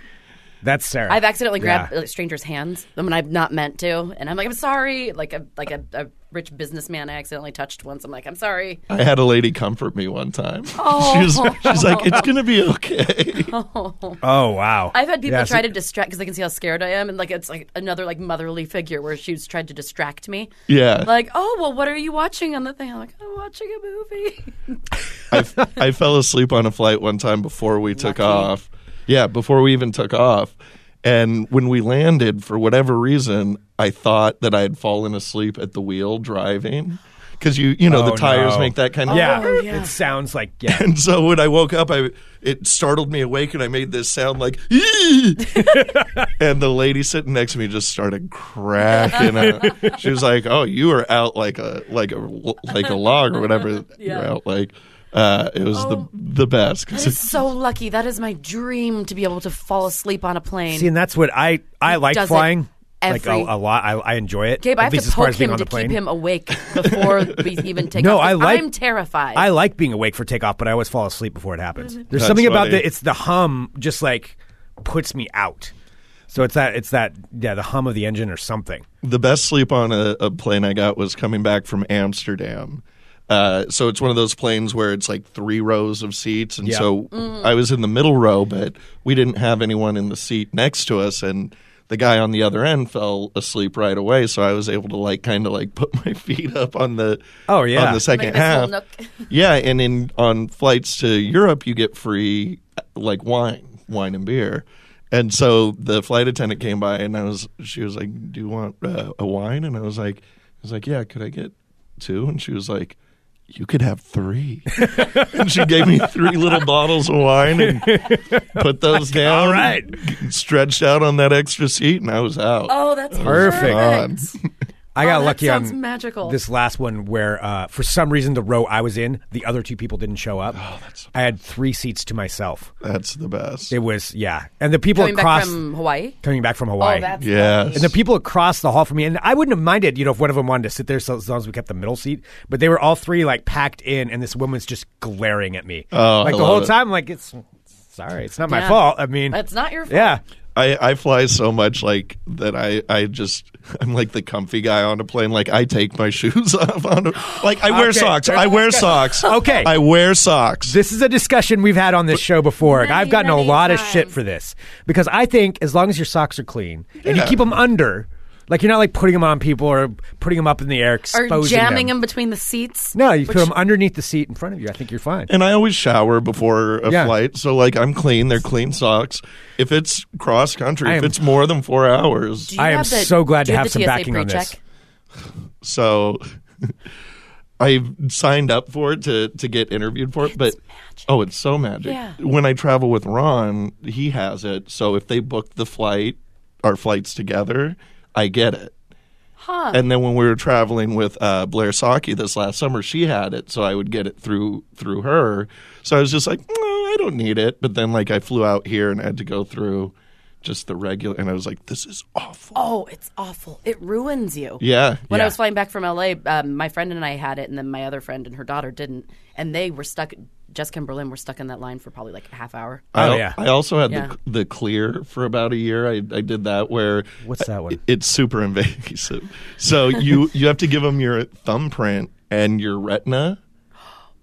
[SPEAKER 1] That's Sarah.
[SPEAKER 2] I've accidentally grabbed
[SPEAKER 1] Yeah.
[SPEAKER 2] like, strangers' hands when I've not meant to, and I'm like, I'm sorry. Like a like a, a rich businessman I accidentally touched once. I'm like, I'm sorry. *laughs*
[SPEAKER 3] I had a lady comfort me one time. *laughs*
[SPEAKER 2] Oh.
[SPEAKER 3] She was, she's like, it's going to be okay.
[SPEAKER 1] Oh wow.
[SPEAKER 2] I've had people
[SPEAKER 1] Yeah,
[SPEAKER 2] try
[SPEAKER 1] see-
[SPEAKER 2] to distract because they can see how scared I am, and like it's like another like motherly figure where she's tried to distract me.
[SPEAKER 3] Yeah.
[SPEAKER 2] Like, oh well, what are you watching on the thing? I'm like, I'm watching a movie.
[SPEAKER 3] I, I fell asleep on a flight one time before we took off. Yeah, before we even took off. And when we landed, for whatever reason, I thought that I had fallen asleep at the wheel driving. Because you, you know,
[SPEAKER 1] Oh,
[SPEAKER 3] the tires
[SPEAKER 1] no.
[SPEAKER 3] make that kind
[SPEAKER 1] *laughs*
[SPEAKER 3] of
[SPEAKER 1] Yeah.
[SPEAKER 2] Oh, yeah.
[SPEAKER 1] It sounds like yeah.
[SPEAKER 3] *laughs* And so when I woke up, I it startled me awake, and I made this sound like, "Ee!" and the lady sitting next to me just started
[SPEAKER 2] *laughs*
[SPEAKER 3] cracking up. She was like, "Oh, you were out like a like a like a log or whatever you're
[SPEAKER 2] *laughs* Yeah.
[SPEAKER 3] out like." Uh, it was
[SPEAKER 2] Oh.
[SPEAKER 3] the the best. 'cause
[SPEAKER 2] That is *laughs* so lucky. That is my dream to be able to fall asleep on a plane.
[SPEAKER 1] See, and that's what I I like
[SPEAKER 2] does it
[SPEAKER 1] flying. Like a,
[SPEAKER 2] every-
[SPEAKER 1] a lot, I, I enjoy it.
[SPEAKER 2] Gabe,
[SPEAKER 1] at
[SPEAKER 2] I have
[SPEAKER 1] least
[SPEAKER 2] to
[SPEAKER 1] as far
[SPEAKER 2] poke
[SPEAKER 1] as being
[SPEAKER 2] him
[SPEAKER 1] on
[SPEAKER 2] to
[SPEAKER 1] the plane.
[SPEAKER 2] keep him awake before we
[SPEAKER 1] *laughs*
[SPEAKER 2] even take
[SPEAKER 1] No,
[SPEAKER 2] off.
[SPEAKER 1] I like-
[SPEAKER 2] I'm terrified.
[SPEAKER 1] I like being awake for takeoff, but I always fall asleep before it happens. There's
[SPEAKER 3] That's
[SPEAKER 1] something about
[SPEAKER 3] funny.
[SPEAKER 1] the it's the hum just like puts me out. So it's that it's that yeah the hum of the engine or something.
[SPEAKER 3] the best sleep on a, a plane I got was coming back from Amsterdam. Uh, so it's one of those planes where it's like three rows of seats, and
[SPEAKER 1] Yeah.
[SPEAKER 3] so I was in the middle row, but we didn't have anyone in the seat next to us, and the guy on the other end fell asleep right away, so I was able to like kind of like *laughs* put my feet up on the
[SPEAKER 1] Oh, yeah.
[SPEAKER 3] on the second
[SPEAKER 2] Like this
[SPEAKER 3] half.
[SPEAKER 2] little nook.
[SPEAKER 3] *laughs* yeah, and in on flights to Europe, you get free like wine, wine and beer. And so the flight attendant came by, and I was, she was like, "Do you want uh, a wine?" And I was like, "I was like, yeah, could I get two? And she was like, "You could have three. *laughs* and she gave me three little bottles of wine and put those down.
[SPEAKER 1] "All right."
[SPEAKER 3] stretched out on that extra seat, and I was out.
[SPEAKER 2] Oh, that's
[SPEAKER 1] Perfect. Um,
[SPEAKER 2] perfect.
[SPEAKER 1] I got
[SPEAKER 2] Oh, that
[SPEAKER 1] lucky
[SPEAKER 2] sounds
[SPEAKER 1] on
[SPEAKER 2] magical.
[SPEAKER 1] this last one where, uh, for some reason, the row I was in, the other two people didn't show up.
[SPEAKER 3] Oh,
[SPEAKER 1] I had three seats to myself.
[SPEAKER 3] That's the best.
[SPEAKER 1] It was yeah, and the people
[SPEAKER 2] Coming back
[SPEAKER 1] across
[SPEAKER 2] from Hawaii.
[SPEAKER 1] coming back from Hawaii.
[SPEAKER 4] Oh, that's
[SPEAKER 3] Yes.
[SPEAKER 1] and the people across the hall from me, and I wouldn't have minded, you know, if one of them wanted to sit there so, as long as we kept the middle seat. But they were all three like packed in, and this woman's just glaring at me,
[SPEAKER 3] Oh,
[SPEAKER 1] like the
[SPEAKER 3] I love
[SPEAKER 1] whole
[SPEAKER 3] it.
[SPEAKER 1] time. Like it's sorry, it's not my
[SPEAKER 2] Yeah.
[SPEAKER 1] fault. I mean,
[SPEAKER 2] That's not your fault.
[SPEAKER 1] yeah,
[SPEAKER 3] I, I fly so much like that I, I just I'm like the comfy guy on a plane like I take my *laughs* shoes off on a, like I wear
[SPEAKER 1] Okay.
[SPEAKER 3] socks I wear
[SPEAKER 1] *laughs*
[SPEAKER 3] socks
[SPEAKER 1] Okay.
[SPEAKER 3] I wear socks
[SPEAKER 1] This is a discussion we've had on this show before.
[SPEAKER 4] Many,
[SPEAKER 1] I've gotten a
[SPEAKER 4] many
[SPEAKER 1] lot of
[SPEAKER 4] times.
[SPEAKER 1] shit for this because I think as long as your socks are clean and you
[SPEAKER 3] Yeah.
[SPEAKER 1] keep them under, like you're not like putting them on people or putting them up in the air, exposing
[SPEAKER 2] Or jamming
[SPEAKER 1] them.
[SPEAKER 2] them between the seats.
[SPEAKER 1] No, you put
[SPEAKER 2] which- Uh,
[SPEAKER 1] them underneath the seat in front of you. I think you're fine.
[SPEAKER 3] and I always shower before a
[SPEAKER 1] Yeah.
[SPEAKER 3] flight so like I'm clean they're clean socks if it's cross country
[SPEAKER 1] I
[SPEAKER 3] if
[SPEAKER 1] am-
[SPEAKER 3] it's more than four hours
[SPEAKER 2] Do you
[SPEAKER 1] I am
[SPEAKER 2] have the-
[SPEAKER 1] so glad
[SPEAKER 2] do
[SPEAKER 1] to
[SPEAKER 2] you
[SPEAKER 1] have some
[SPEAKER 2] the TSA
[SPEAKER 1] backing on this.
[SPEAKER 2] pre-check?
[SPEAKER 3] so *laughs* I signed up for it to to get interviewed for it but oh it's so magic
[SPEAKER 2] Yeah.
[SPEAKER 3] when I travel with Ron he has it so if they book the flight our flights together I get it.
[SPEAKER 2] Huh.
[SPEAKER 3] And then when we were traveling with uh, Blair Saki this last summer, she had it, so I would get it through through her. So I was just like, no, I don't need it. But then like I flew out here and had to go through just the regular, and I was like, this is awful.
[SPEAKER 2] Oh, it's awful. It ruins you.
[SPEAKER 3] Yeah,
[SPEAKER 2] When
[SPEAKER 1] Yeah.
[SPEAKER 2] I was flying back from LA, um, my friend and I had it, and then my other friend and her daughter didn't, and they were stuck. Jessica and Berlin were stuck in that line for probably like a half hour.
[SPEAKER 3] I,
[SPEAKER 1] Oh, yeah.
[SPEAKER 3] I also had
[SPEAKER 2] Yeah.
[SPEAKER 3] the, the clear for about a year. I, I did that where
[SPEAKER 1] What's that one?
[SPEAKER 3] I- it's super invasive.
[SPEAKER 2] *laughs*
[SPEAKER 3] So you you have to give them your thumbprint and your retina.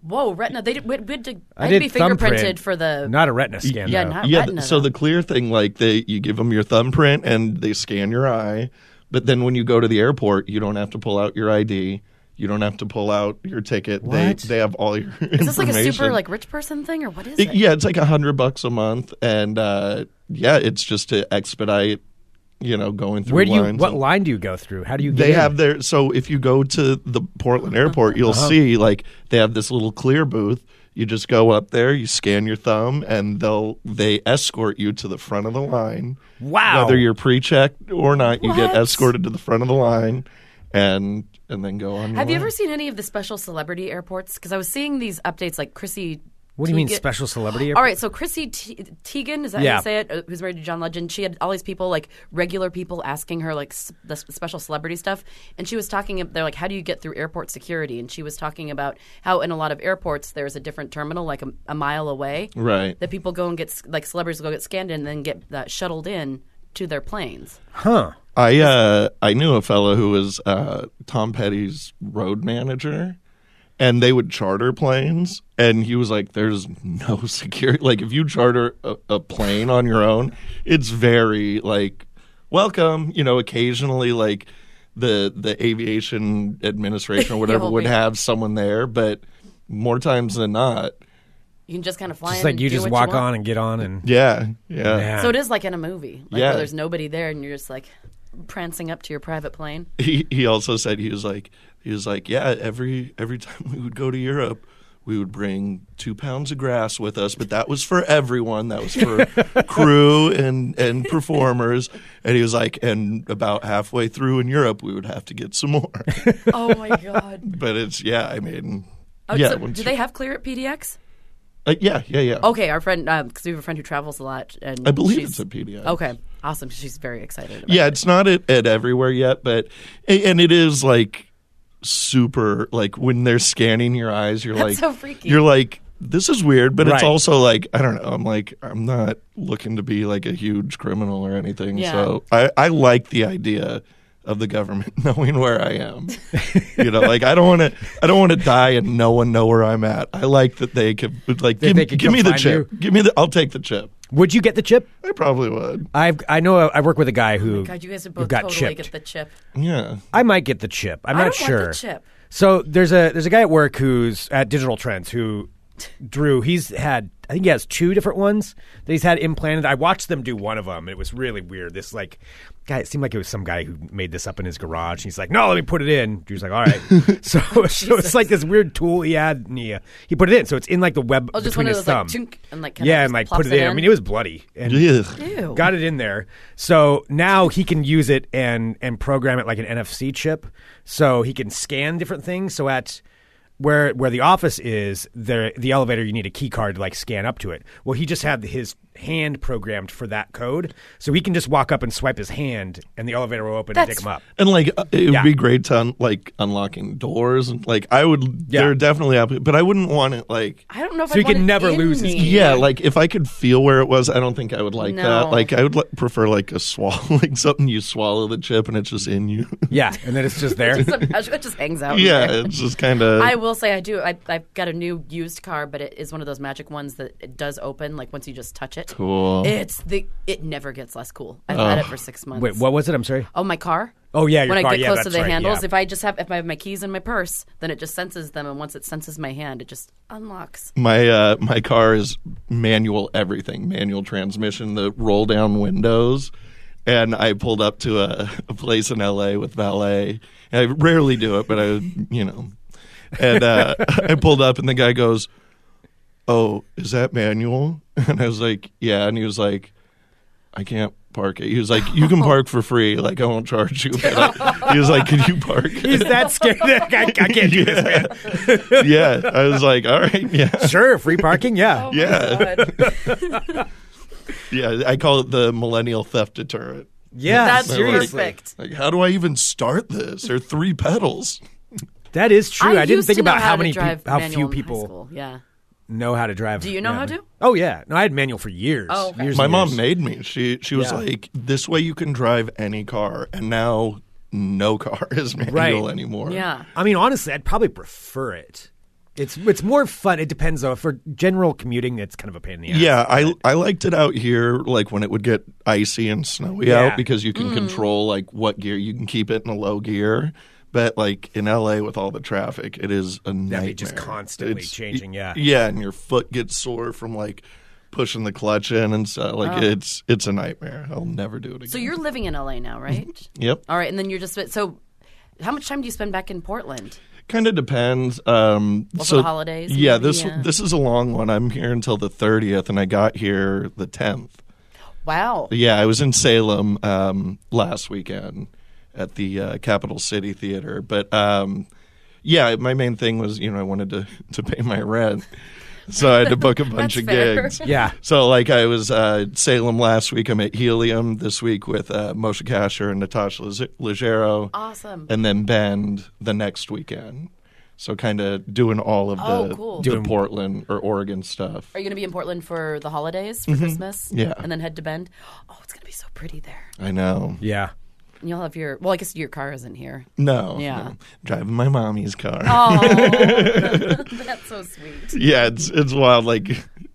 [SPEAKER 2] Whoa, retina! They did, we, we had to, I,
[SPEAKER 1] did
[SPEAKER 2] had to be fingerprinted
[SPEAKER 1] thumbprint.
[SPEAKER 2] for the
[SPEAKER 1] Not a retina scan.
[SPEAKER 2] yeah,
[SPEAKER 1] though.
[SPEAKER 2] not
[SPEAKER 3] yeah,
[SPEAKER 2] retina.
[SPEAKER 3] th- so
[SPEAKER 2] though.
[SPEAKER 3] the clear thing, like they, you give them your thumbprint and they scan your eye. But then when you go to the airport, you don't have to pull out your ID. You don't have to pull out your ticket.
[SPEAKER 1] What?
[SPEAKER 3] They they have all your
[SPEAKER 2] is this like a
[SPEAKER 3] information.
[SPEAKER 2] super like rich person thing or what is
[SPEAKER 3] It-
[SPEAKER 2] it?
[SPEAKER 3] yeah, it's like a hundred bucks a month, and uh, yeah, it's just to expedite. You know, going through
[SPEAKER 1] Where do you?
[SPEAKER 3] lines
[SPEAKER 1] What
[SPEAKER 3] and-
[SPEAKER 1] line do you go through? How do you? Get
[SPEAKER 3] they
[SPEAKER 1] in?
[SPEAKER 3] have their so if you go to the Portland airport, you'll see like they have this little clear booth. You just go up there, you scan your thumb, and they'll they escort you to the front of the line.
[SPEAKER 1] Wow.
[SPEAKER 3] Whether you're pre-checked or not, you get
[SPEAKER 2] What?
[SPEAKER 3] escorted to the front of the line, and and then go on. your
[SPEAKER 2] Have you
[SPEAKER 3] way.
[SPEAKER 2] ever seen any of the special celebrity airports? Because I was seeing these updates like Chrissy.
[SPEAKER 1] What do you mean
[SPEAKER 2] Teigen-
[SPEAKER 1] special celebrity?
[SPEAKER 2] All right, so Chrissy Te- Teigen, is that how
[SPEAKER 1] Yeah.
[SPEAKER 2] you say it? Uh, Who's married to John Legend? She had all these people, like regular people, asking her like s- the s- special celebrity stuff, and she was talking. ab- They're like, "How do you get through airport security?" And she was talking about how in a lot of airports there's a different terminal, like a, a mile away,
[SPEAKER 3] Right.
[SPEAKER 2] That people go and get s- like celebrities will go get scanned in and then get uh, shuttled in to their planes.
[SPEAKER 1] Huh?
[SPEAKER 3] I uh, I knew a fellow who was uh, Tom Petty's road manager, and they would charter planes. And he was like, "There's no *laughs* security. Like, if you charter a, a plane on your own, it's very like welcome. You know, occasionally like the the aviation administration or whatever would
[SPEAKER 2] hoping.
[SPEAKER 3] have someone there, but more times than not,
[SPEAKER 2] You can just kind of fly.
[SPEAKER 1] It's
[SPEAKER 2] in
[SPEAKER 1] like
[SPEAKER 2] and
[SPEAKER 1] you
[SPEAKER 2] do
[SPEAKER 1] just
[SPEAKER 2] what
[SPEAKER 1] walk
[SPEAKER 2] you want.
[SPEAKER 1] on and get on and.
[SPEAKER 3] yeah, yeah.
[SPEAKER 1] Yeah.
[SPEAKER 2] So it is like in a movie, like
[SPEAKER 3] Yeah.
[SPEAKER 2] where there's nobody there, and you're just like prancing up to your private plane.
[SPEAKER 3] he he also said he was like he was like yeah every every time we would go to Europe we would bring two pounds of grass with us but that was for everyone that was for crew and and performers and he was like and about halfway through in Europe we would have to get some more
[SPEAKER 2] *laughs* Oh my god!
[SPEAKER 3] but it's yeah I mean
[SPEAKER 2] Oh,
[SPEAKER 3] yeah
[SPEAKER 2] so
[SPEAKER 3] once
[SPEAKER 2] do Oh,
[SPEAKER 3] you-
[SPEAKER 2] they have clear at PDX?
[SPEAKER 3] uh, yeah yeah yeah
[SPEAKER 2] Okay, our friend because we have a friend who travels a lot, and
[SPEAKER 3] I believe
[SPEAKER 2] she's-
[SPEAKER 3] it's a PDI
[SPEAKER 2] Okay, awesome. She's very excited. About
[SPEAKER 3] yeah
[SPEAKER 2] it.
[SPEAKER 3] it's not at, at everywhere yet but a- and it is like super like when they're scanning your eyes you're like
[SPEAKER 2] so freaky.
[SPEAKER 3] you're like this is weird but
[SPEAKER 1] Right.
[SPEAKER 3] it's also like i don't know i'm like i'm not looking to be like a huge criminal or anything
[SPEAKER 2] Yeah.
[SPEAKER 3] so i i like the idea of the government *laughs* knowing where i am you know like i don't want to i don't want to die and no one know where i'm at i like that they could like
[SPEAKER 1] That
[SPEAKER 3] give,
[SPEAKER 1] they could
[SPEAKER 3] give
[SPEAKER 1] come
[SPEAKER 3] me the
[SPEAKER 1] find
[SPEAKER 3] chip give me the i'll take the chip
[SPEAKER 1] Would you get the chip?
[SPEAKER 3] I probably would.
[SPEAKER 1] I've, I know I work with a guy who
[SPEAKER 2] Oh God, you guys would
[SPEAKER 1] who
[SPEAKER 2] both
[SPEAKER 1] got
[SPEAKER 2] totally
[SPEAKER 1] chipped.
[SPEAKER 2] get the chip.
[SPEAKER 3] Yeah.
[SPEAKER 1] I might get the chip. I'm not
[SPEAKER 2] I don't
[SPEAKER 1] sure.
[SPEAKER 2] want the chip.
[SPEAKER 1] So there's a there's a guy at work who's at Digital Trends who Drew. He's had I think he has two different ones that he's had implanted. I watched them do one of them. It was really weird. This like guy. It seemed like it was some guy who made this up in his garage. He's like, no, let me put it in. Drew's like, all
[SPEAKER 2] *laughs*
[SPEAKER 1] right. so *laughs* so it's like this weird tool he had. And he, uh, he put it in. So it's in like the web
[SPEAKER 2] Oh, just
[SPEAKER 1] between
[SPEAKER 2] one of
[SPEAKER 1] his
[SPEAKER 2] those
[SPEAKER 1] thumb.
[SPEAKER 2] like chunk and like kinda
[SPEAKER 1] yeah,
[SPEAKER 2] just
[SPEAKER 1] and like
[SPEAKER 2] plops
[SPEAKER 1] put it in. I mean, it was bloody. And
[SPEAKER 3] Ugh.
[SPEAKER 2] Ew.
[SPEAKER 1] got it in there. So now he can use it and and program it like an NFC chip. So he can scan different things. So at where where the office is, there the elevator you need a key card to like scan up to it. Well, he just had his hand programmed for that code, so he can just walk up and swipe his hand, and the elevator will open and
[SPEAKER 2] That's-
[SPEAKER 1] pick him up.
[SPEAKER 3] And like uh, it would
[SPEAKER 1] Yeah.
[SPEAKER 3] be great to un- like unlocking doors and like I would
[SPEAKER 1] Yeah.
[SPEAKER 3] there are definitely app- but I wouldn't want it like
[SPEAKER 2] I don't know if
[SPEAKER 1] So
[SPEAKER 2] I
[SPEAKER 1] you can
[SPEAKER 2] want it
[SPEAKER 1] never
[SPEAKER 2] in
[SPEAKER 1] lose his-
[SPEAKER 2] me.
[SPEAKER 3] yeah like if I could feel where it was I don't think I would like
[SPEAKER 2] No.
[SPEAKER 3] that like I would li- prefer like a swallow *laughs* like something you swallow the chip and it's just in you *laughs*
[SPEAKER 1] Yeah, and then it's
[SPEAKER 2] *laughs*
[SPEAKER 1] just there.
[SPEAKER 2] it *laughs* just hangs out. in
[SPEAKER 3] yeah
[SPEAKER 2] there.
[SPEAKER 3] it's just kind of
[SPEAKER 2] I will say I do. I, I've got a new used car, but it is one of those magic ones that it does open like once you just touch it.
[SPEAKER 3] cool
[SPEAKER 2] It's the it never gets less cool. I've had it for six months.
[SPEAKER 1] Wait, what was it? I'm
[SPEAKER 2] *laughs*
[SPEAKER 1] sorry.
[SPEAKER 2] Oh, my car.
[SPEAKER 1] Oh, yeah, your
[SPEAKER 2] when
[SPEAKER 1] car.
[SPEAKER 2] I get
[SPEAKER 1] Yeah,
[SPEAKER 2] close to
[SPEAKER 1] that's
[SPEAKER 2] the
[SPEAKER 1] right,
[SPEAKER 2] handles,
[SPEAKER 1] yeah.
[SPEAKER 2] if I just have if I have my keys in my purse, then it just senses them, and once it senses my hand, it just unlocks.
[SPEAKER 3] my uh my car is manual everything manual transmission the roll down windows and I pulled up to a, a place in LA with valet and I rarely do it but I you know and uh *laughs* I pulled up and the guy goes oh is that manual *laughs* and I was like yeah and he was like I can't park it he was like you can park for free like I won't charge you *laughs* but I, he was like can you
[SPEAKER 1] *laughs*
[SPEAKER 3] park
[SPEAKER 1] Is that scary? I, I can't do this, man.
[SPEAKER 3] yeah I was like all right yeah
[SPEAKER 1] Sure, free parking. Yeah.
[SPEAKER 2] Oh
[SPEAKER 3] Yeah.
[SPEAKER 1] *laughs*
[SPEAKER 2] my god,
[SPEAKER 3] Yeah, I call it the millennial theft deterrent.
[SPEAKER 1] Yeah.
[SPEAKER 2] that's
[SPEAKER 1] seriously.
[SPEAKER 2] perfect.
[SPEAKER 3] Like, how do I even start this? There are three pedals.
[SPEAKER 1] That is true. I, didn't
[SPEAKER 2] used
[SPEAKER 1] think
[SPEAKER 2] to know
[SPEAKER 1] about
[SPEAKER 2] how,
[SPEAKER 1] how
[SPEAKER 2] to
[SPEAKER 1] many,
[SPEAKER 2] drive
[SPEAKER 1] peop- how
[SPEAKER 2] manual
[SPEAKER 1] few
[SPEAKER 2] in high
[SPEAKER 1] people.
[SPEAKER 2] school. Yeah,
[SPEAKER 1] know how to drive. Do
[SPEAKER 2] you know how to?
[SPEAKER 1] Oh yeah, no, I had manual for years.
[SPEAKER 2] Oh, okay.
[SPEAKER 1] years
[SPEAKER 3] My
[SPEAKER 1] and
[SPEAKER 3] mom
[SPEAKER 1] years.
[SPEAKER 3] made me. She she was
[SPEAKER 1] Yeah.
[SPEAKER 3] like, this way you can drive any car, and now no car *laughs* is manual
[SPEAKER 1] Right.
[SPEAKER 3] anymore.
[SPEAKER 2] yeah.
[SPEAKER 1] I mean, honestly, I'd probably prefer it. It's it's more fun. It depends though. For general commuting, it's kind of a pain in the ass.
[SPEAKER 3] Yeah, I I liked it out here, like when it would get icy and snowy
[SPEAKER 1] Yeah.
[SPEAKER 3] out, because you can control like what gear you can keep it in a low gear. But like in LA with all the traffic, it is a nightmare.
[SPEAKER 1] just constantly changing, yeah.
[SPEAKER 3] yeah, and your foot gets sore from like pushing the clutch in and stuff. Like it's it's a nightmare. I'll never do it again.
[SPEAKER 2] So you're living in LA
[SPEAKER 1] *laughs*
[SPEAKER 2] now, right?
[SPEAKER 3] yep.
[SPEAKER 2] All right, and then you're just so. How much time do you spend back in Portland?
[SPEAKER 3] Kind of depends. Um,
[SPEAKER 2] for
[SPEAKER 3] so
[SPEAKER 2] the holidays,
[SPEAKER 3] Yeah,
[SPEAKER 2] maybe,
[SPEAKER 3] this
[SPEAKER 2] yeah.
[SPEAKER 3] this is a long one. I'm here until the 30th, and I got here the 10th.
[SPEAKER 2] Wow.
[SPEAKER 3] Yeah, I was in Salem um, last weekend at the uh, Capital City Theater. But um, yeah, my main thing was you know I wanted to *laughs* to pay my rent, so I had to
[SPEAKER 2] *laughs*
[SPEAKER 3] book a bunch
[SPEAKER 2] That's
[SPEAKER 3] of
[SPEAKER 2] fair.
[SPEAKER 3] gigs.
[SPEAKER 1] yeah.
[SPEAKER 3] So like I was uh, at Salem last week. I'm at Helium this week with uh, Moshe Kasher and Natasha Lege- Leggero,
[SPEAKER 2] Awesome.
[SPEAKER 3] and then Bend the next weekend. So kind of doing all of
[SPEAKER 2] Oh,
[SPEAKER 3] the,
[SPEAKER 2] cool.
[SPEAKER 3] the
[SPEAKER 1] Doing-
[SPEAKER 3] Portland or Oregon stuff.
[SPEAKER 2] Are you going to be in Portland for the holidays for Christmas?
[SPEAKER 3] Mm-hmm. Yeah.
[SPEAKER 2] And then head to Bend? Oh, it's going to be so pretty there.
[SPEAKER 3] I know.
[SPEAKER 1] Yeah.
[SPEAKER 2] And you'll have your, well, I guess your car isn't
[SPEAKER 3] *laughs*
[SPEAKER 2] here.
[SPEAKER 3] No.
[SPEAKER 2] Yeah. Oh,
[SPEAKER 3] no. Driving my mommy's car. *laughs*
[SPEAKER 2] That's so sweet.
[SPEAKER 3] yeah, it's it's wild. Like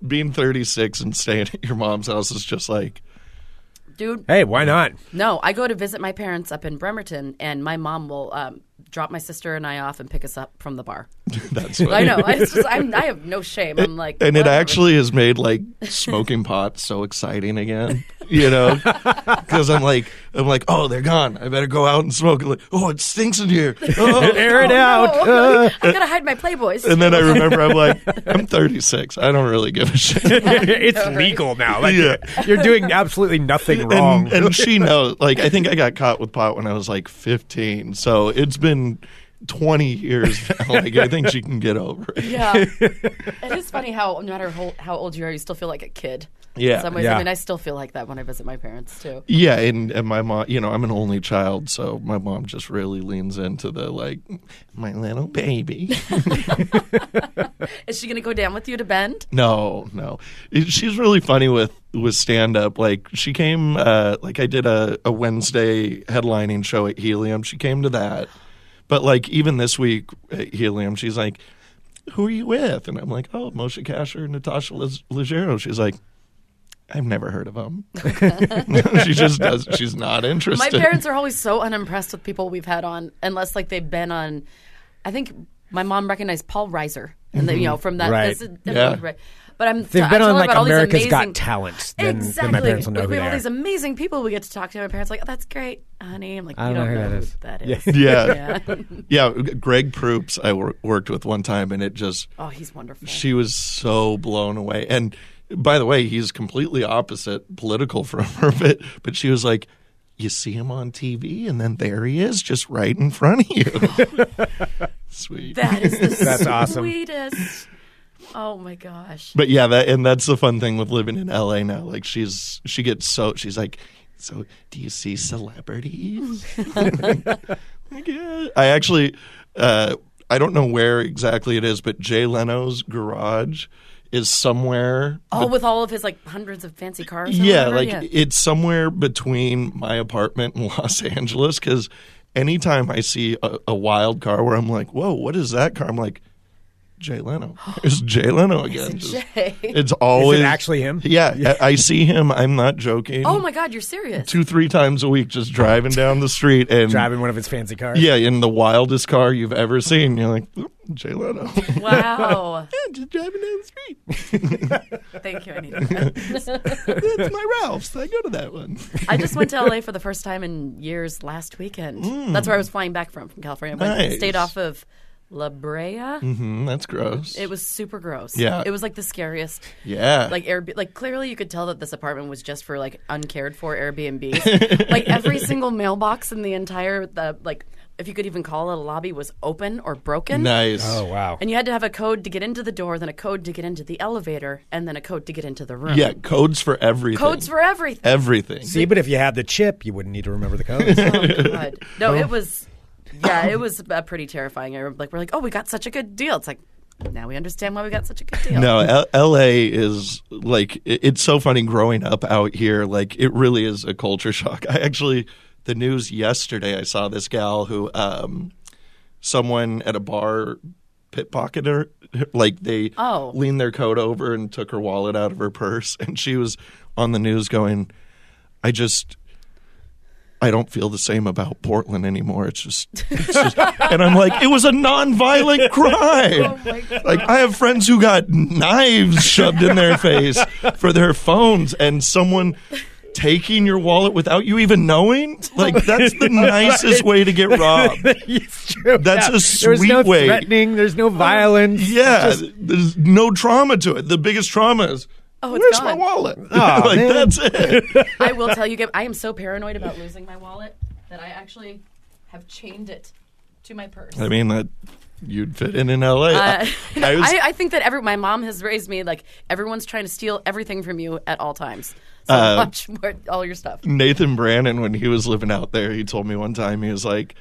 [SPEAKER 3] being 36 and staying at your mom's house is just like *laughs*
[SPEAKER 2] Dude,
[SPEAKER 1] Hey, why not?
[SPEAKER 2] no, I go to visit my parents up in Bremerton, and my mom will um, drop my sister and I off and pick us up from the bar.
[SPEAKER 3] that's what.
[SPEAKER 2] I know. It's just, I'm, I have no shame. I'm like,
[SPEAKER 3] And it
[SPEAKER 2] whatever.
[SPEAKER 3] actually has made like smoking pot so exciting again,
[SPEAKER 2] *laughs*
[SPEAKER 3] you know, because I'm like I'm like oh they're gone I better go out and smoke like oh it stinks
[SPEAKER 2] *laughs*
[SPEAKER 3] in here *laughs* oh.
[SPEAKER 1] Air it
[SPEAKER 2] Oh,
[SPEAKER 1] out.
[SPEAKER 2] *laughs*
[SPEAKER 1] *laughs*
[SPEAKER 2] no.
[SPEAKER 3] *laughs*
[SPEAKER 2] I'm going to hide my Playboys.
[SPEAKER 3] and then I remember I'm like I'm 36 I don't really give a shit
[SPEAKER 1] it's legal now. Like,
[SPEAKER 3] Yeah.
[SPEAKER 1] You're doing absolutely nothing wrong.
[SPEAKER 3] and, and she knows like I think I got caught with pot when I was like 15 so it's been 20 years now like I think she can get over it *laughs*
[SPEAKER 2] Yeah, it is funny how no matter how, how old you are, you still feel like a kid.
[SPEAKER 3] Yeah.
[SPEAKER 2] in some ways.
[SPEAKER 1] Yeah.
[SPEAKER 2] I mean, I still feel like that when I visit my parents too.
[SPEAKER 3] Yeah, and, and my mom, you know, I'm an only child, so my mom just really leans into the like, my
[SPEAKER 2] *laughs*
[SPEAKER 3] little baby.
[SPEAKER 2] Is she going to go down with you to Bend?
[SPEAKER 3] no, no, It- she's really funny with with stand up. Like she came, uh, like I did a, a Wednesday headlining show at Helium. She came to that, but like even this week at Helium, she's like, "Who are you with?" And I'm like, "Oh, Moshe Kasher, and Natasha Leg- Leggero." She's like, I've never heard of
[SPEAKER 2] *laughs*
[SPEAKER 3] them. *laughs* she just does. She's not
[SPEAKER 2] My
[SPEAKER 3] interested.
[SPEAKER 2] parents are always so unimpressed with people we've had on, unless like they've been on. I think my mom recognized Paul Reiser, and the, you know from that.
[SPEAKER 1] Right.
[SPEAKER 2] this is- definitely
[SPEAKER 3] Mm-hmm. Yeah.
[SPEAKER 2] right. But I'm.
[SPEAKER 1] They've been on like
[SPEAKER 2] about all these
[SPEAKER 1] America's
[SPEAKER 2] amazing,
[SPEAKER 1] Got Talent. Then,
[SPEAKER 2] exactly.
[SPEAKER 1] then my parents will know
[SPEAKER 2] Like,
[SPEAKER 1] who
[SPEAKER 2] we
[SPEAKER 1] they
[SPEAKER 2] have all
[SPEAKER 1] are.
[SPEAKER 2] these amazing people we get to talk to. My parents are like, oh, that's great, honey. I'm like,
[SPEAKER 1] I
[SPEAKER 2] you
[SPEAKER 1] don't
[SPEAKER 2] don't
[SPEAKER 1] know
[SPEAKER 2] know
[SPEAKER 1] who
[SPEAKER 2] who
[SPEAKER 1] that
[SPEAKER 2] that
[SPEAKER 1] is.
[SPEAKER 2] is.
[SPEAKER 3] *laughs* yeah,
[SPEAKER 1] *laughs*
[SPEAKER 3] yeah. Greg Proops, I wor- worked with one time, and it just
[SPEAKER 2] Oh, he's wonderful.
[SPEAKER 3] she was so blown away. And by the way, he's completely opposite political *laughs* from her, but but she was like. You see him on TV, and then there he is, just right in front of you. *laughs* Sweet.
[SPEAKER 2] that is
[SPEAKER 1] *laughs*
[SPEAKER 2] the
[SPEAKER 1] That's awesome.
[SPEAKER 2] sweetest. Oh my gosh.
[SPEAKER 3] But yeah, that and that's the fun thing with living in LA now. Like she's she gets so she's like, so do you see celebrities? *laughs* Like, yeah. I actually uh, I don't know where exactly it is, but Jay Leno's garage is somewhere.
[SPEAKER 2] Oh, with all of his like hundreds of fancy cars. or
[SPEAKER 3] yeah,
[SPEAKER 2] whatever?
[SPEAKER 3] like
[SPEAKER 2] yeah.
[SPEAKER 3] it's somewhere between my apartment in *laughs* Los Angeles because anytime I see a, a wild car where I'm like, whoa, what is that car? I'm like. Jay
[SPEAKER 2] *gasps*
[SPEAKER 3] Leno. It's Jay Leno again. Just-
[SPEAKER 2] Jay.
[SPEAKER 3] It's always
[SPEAKER 1] actually him?
[SPEAKER 3] Yeah, I, I see him. I'm not joking.
[SPEAKER 2] Oh my God, you're serious.
[SPEAKER 3] Two, three times a week, just driving down the street and
[SPEAKER 1] Driving one of his fancy cars.
[SPEAKER 3] Yeah, in the wildest car you've ever seen. You're like "Oop,
[SPEAKER 2] *laughs*
[SPEAKER 3] Jay Leno. *laughs* Yeah,
[SPEAKER 2] Wow.
[SPEAKER 3] just driving down the
[SPEAKER 2] *laughs*
[SPEAKER 3] street.
[SPEAKER 2] Thank you. I need that.
[SPEAKER 3] That's my Ralph's. I go to that one. *laughs*
[SPEAKER 2] I just went to LA for the first time in years last weekend. That's where I was flying back from from California. I went-
[SPEAKER 3] Hmm. Nice.
[SPEAKER 2] stayed off of La Brea.
[SPEAKER 3] Mm, that's gross.
[SPEAKER 2] It was super gross.
[SPEAKER 3] Yeah.
[SPEAKER 2] It was like the scariest.
[SPEAKER 3] yeah,
[SPEAKER 2] Like Airbnb, like clearly you could tell that this apartment was just for like uncared for
[SPEAKER 3] *laughs*
[SPEAKER 2] Airbnbs. like every single mailbox in the entire the like if you could even call it a lobby was open or broken.
[SPEAKER 3] nice.
[SPEAKER 1] Oh wow.
[SPEAKER 2] And you had to have a code to get into the door, then a code to get into the elevator, and then a code to get into the room.
[SPEAKER 3] Yeah, codes for everything.
[SPEAKER 2] Codes for everything.
[SPEAKER 3] everything.
[SPEAKER 1] See, but if you had the chip, you wouldn't need to remember the codes.
[SPEAKER 2] Oh, God. No, it was. Yeah, it was uh, pretty terrifying. I remember, like we're like, oh, we got such a good deal. It's like now we understand why we got such a good deal.
[SPEAKER 3] No, L- L.A. is like it- it's so funny growing up out here. Like it really is a culture *laughs* shock. I actually the news yesterday. I saw this gal who um, someone at a bar pickpocketed her. *laughs* Like they
[SPEAKER 2] Oh.
[SPEAKER 3] leaned their coat over and took her wallet out of her purse, *laughs* and she was on the news going, "I just." I don't feel the same about Portland anymore. It's just, it's just *laughs* and I'm like, it was a nonviolent crime. like I have friends who got knives shoved in their face for their phones, and someone taking your wallet without you even knowing. Like that's the nicest way to get
[SPEAKER 1] *laughs*
[SPEAKER 3] robbed.
[SPEAKER 1] it's true.
[SPEAKER 3] That's a
[SPEAKER 1] There's no
[SPEAKER 3] sweet way.
[SPEAKER 1] threatening. There's no violence.
[SPEAKER 3] *laughs* Yeah, there's no trauma to it. The biggest trauma is.
[SPEAKER 2] Oh, it's
[SPEAKER 3] Where's my
[SPEAKER 2] gone.
[SPEAKER 3] wallet?
[SPEAKER 1] Aw,
[SPEAKER 3] *laughs* like
[SPEAKER 1] man.
[SPEAKER 3] that's it.
[SPEAKER 2] *laughs* I will tell you, Gabe, I am so paranoid about losing my wallet that I actually have chained it to my purse.
[SPEAKER 3] I mean that you'd fit in in
[SPEAKER 2] *laughs*
[SPEAKER 3] L.A.
[SPEAKER 2] Uh,
[SPEAKER 3] I, I was
[SPEAKER 2] I, I think that every my mom has raised me like everyone's trying to steal everything from you at all times. So *laughs*
[SPEAKER 3] Uh,
[SPEAKER 2] watch where, all your stuff.
[SPEAKER 3] Nathan Brannon, when he was living out there, he told me one time, he was like,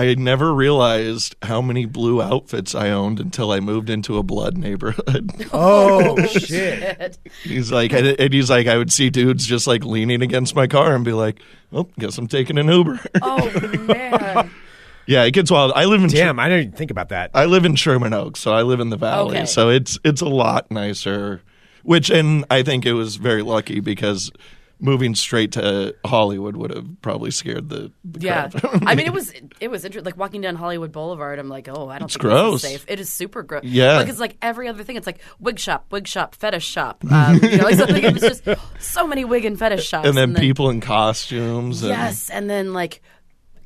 [SPEAKER 3] I had never realized how many blue outfits I owned until I moved into a
[SPEAKER 2] *laughs*
[SPEAKER 3] blood neighborhood.
[SPEAKER 1] Oh shit.
[SPEAKER 3] he's like, and, and he's like, I would see dudes just like leaning against my car and be like, well, guess I'm taking an Uber. *laughs*
[SPEAKER 2] oh man.
[SPEAKER 3] yeah, it gets wild. I live in,
[SPEAKER 1] Damn, I didn't even think about that.
[SPEAKER 3] I live in Sherman Oaks, so I live in the valley.
[SPEAKER 2] Okay.
[SPEAKER 3] So it's, it's a lot nicer, which, and I think it was very lucky because moving straight to Hollywood would have probably scared the, the
[SPEAKER 2] Yeah,
[SPEAKER 3] crap out *laughs* of
[SPEAKER 2] I
[SPEAKER 3] me.
[SPEAKER 2] mean, it was it was interesting. Like walking down Hollywood Boulevard, I'm like, oh, I don't think
[SPEAKER 3] gross.
[SPEAKER 2] this is safe. It is super gross.
[SPEAKER 3] Yeah.
[SPEAKER 2] like it's like every other thing. It's like wig shop, wig shop, fetish shop. Um, you know, like something. It was just
[SPEAKER 3] *laughs*
[SPEAKER 2] so many wig and fetish shops.
[SPEAKER 3] and then people in costumes. And,
[SPEAKER 2] yes, and then like.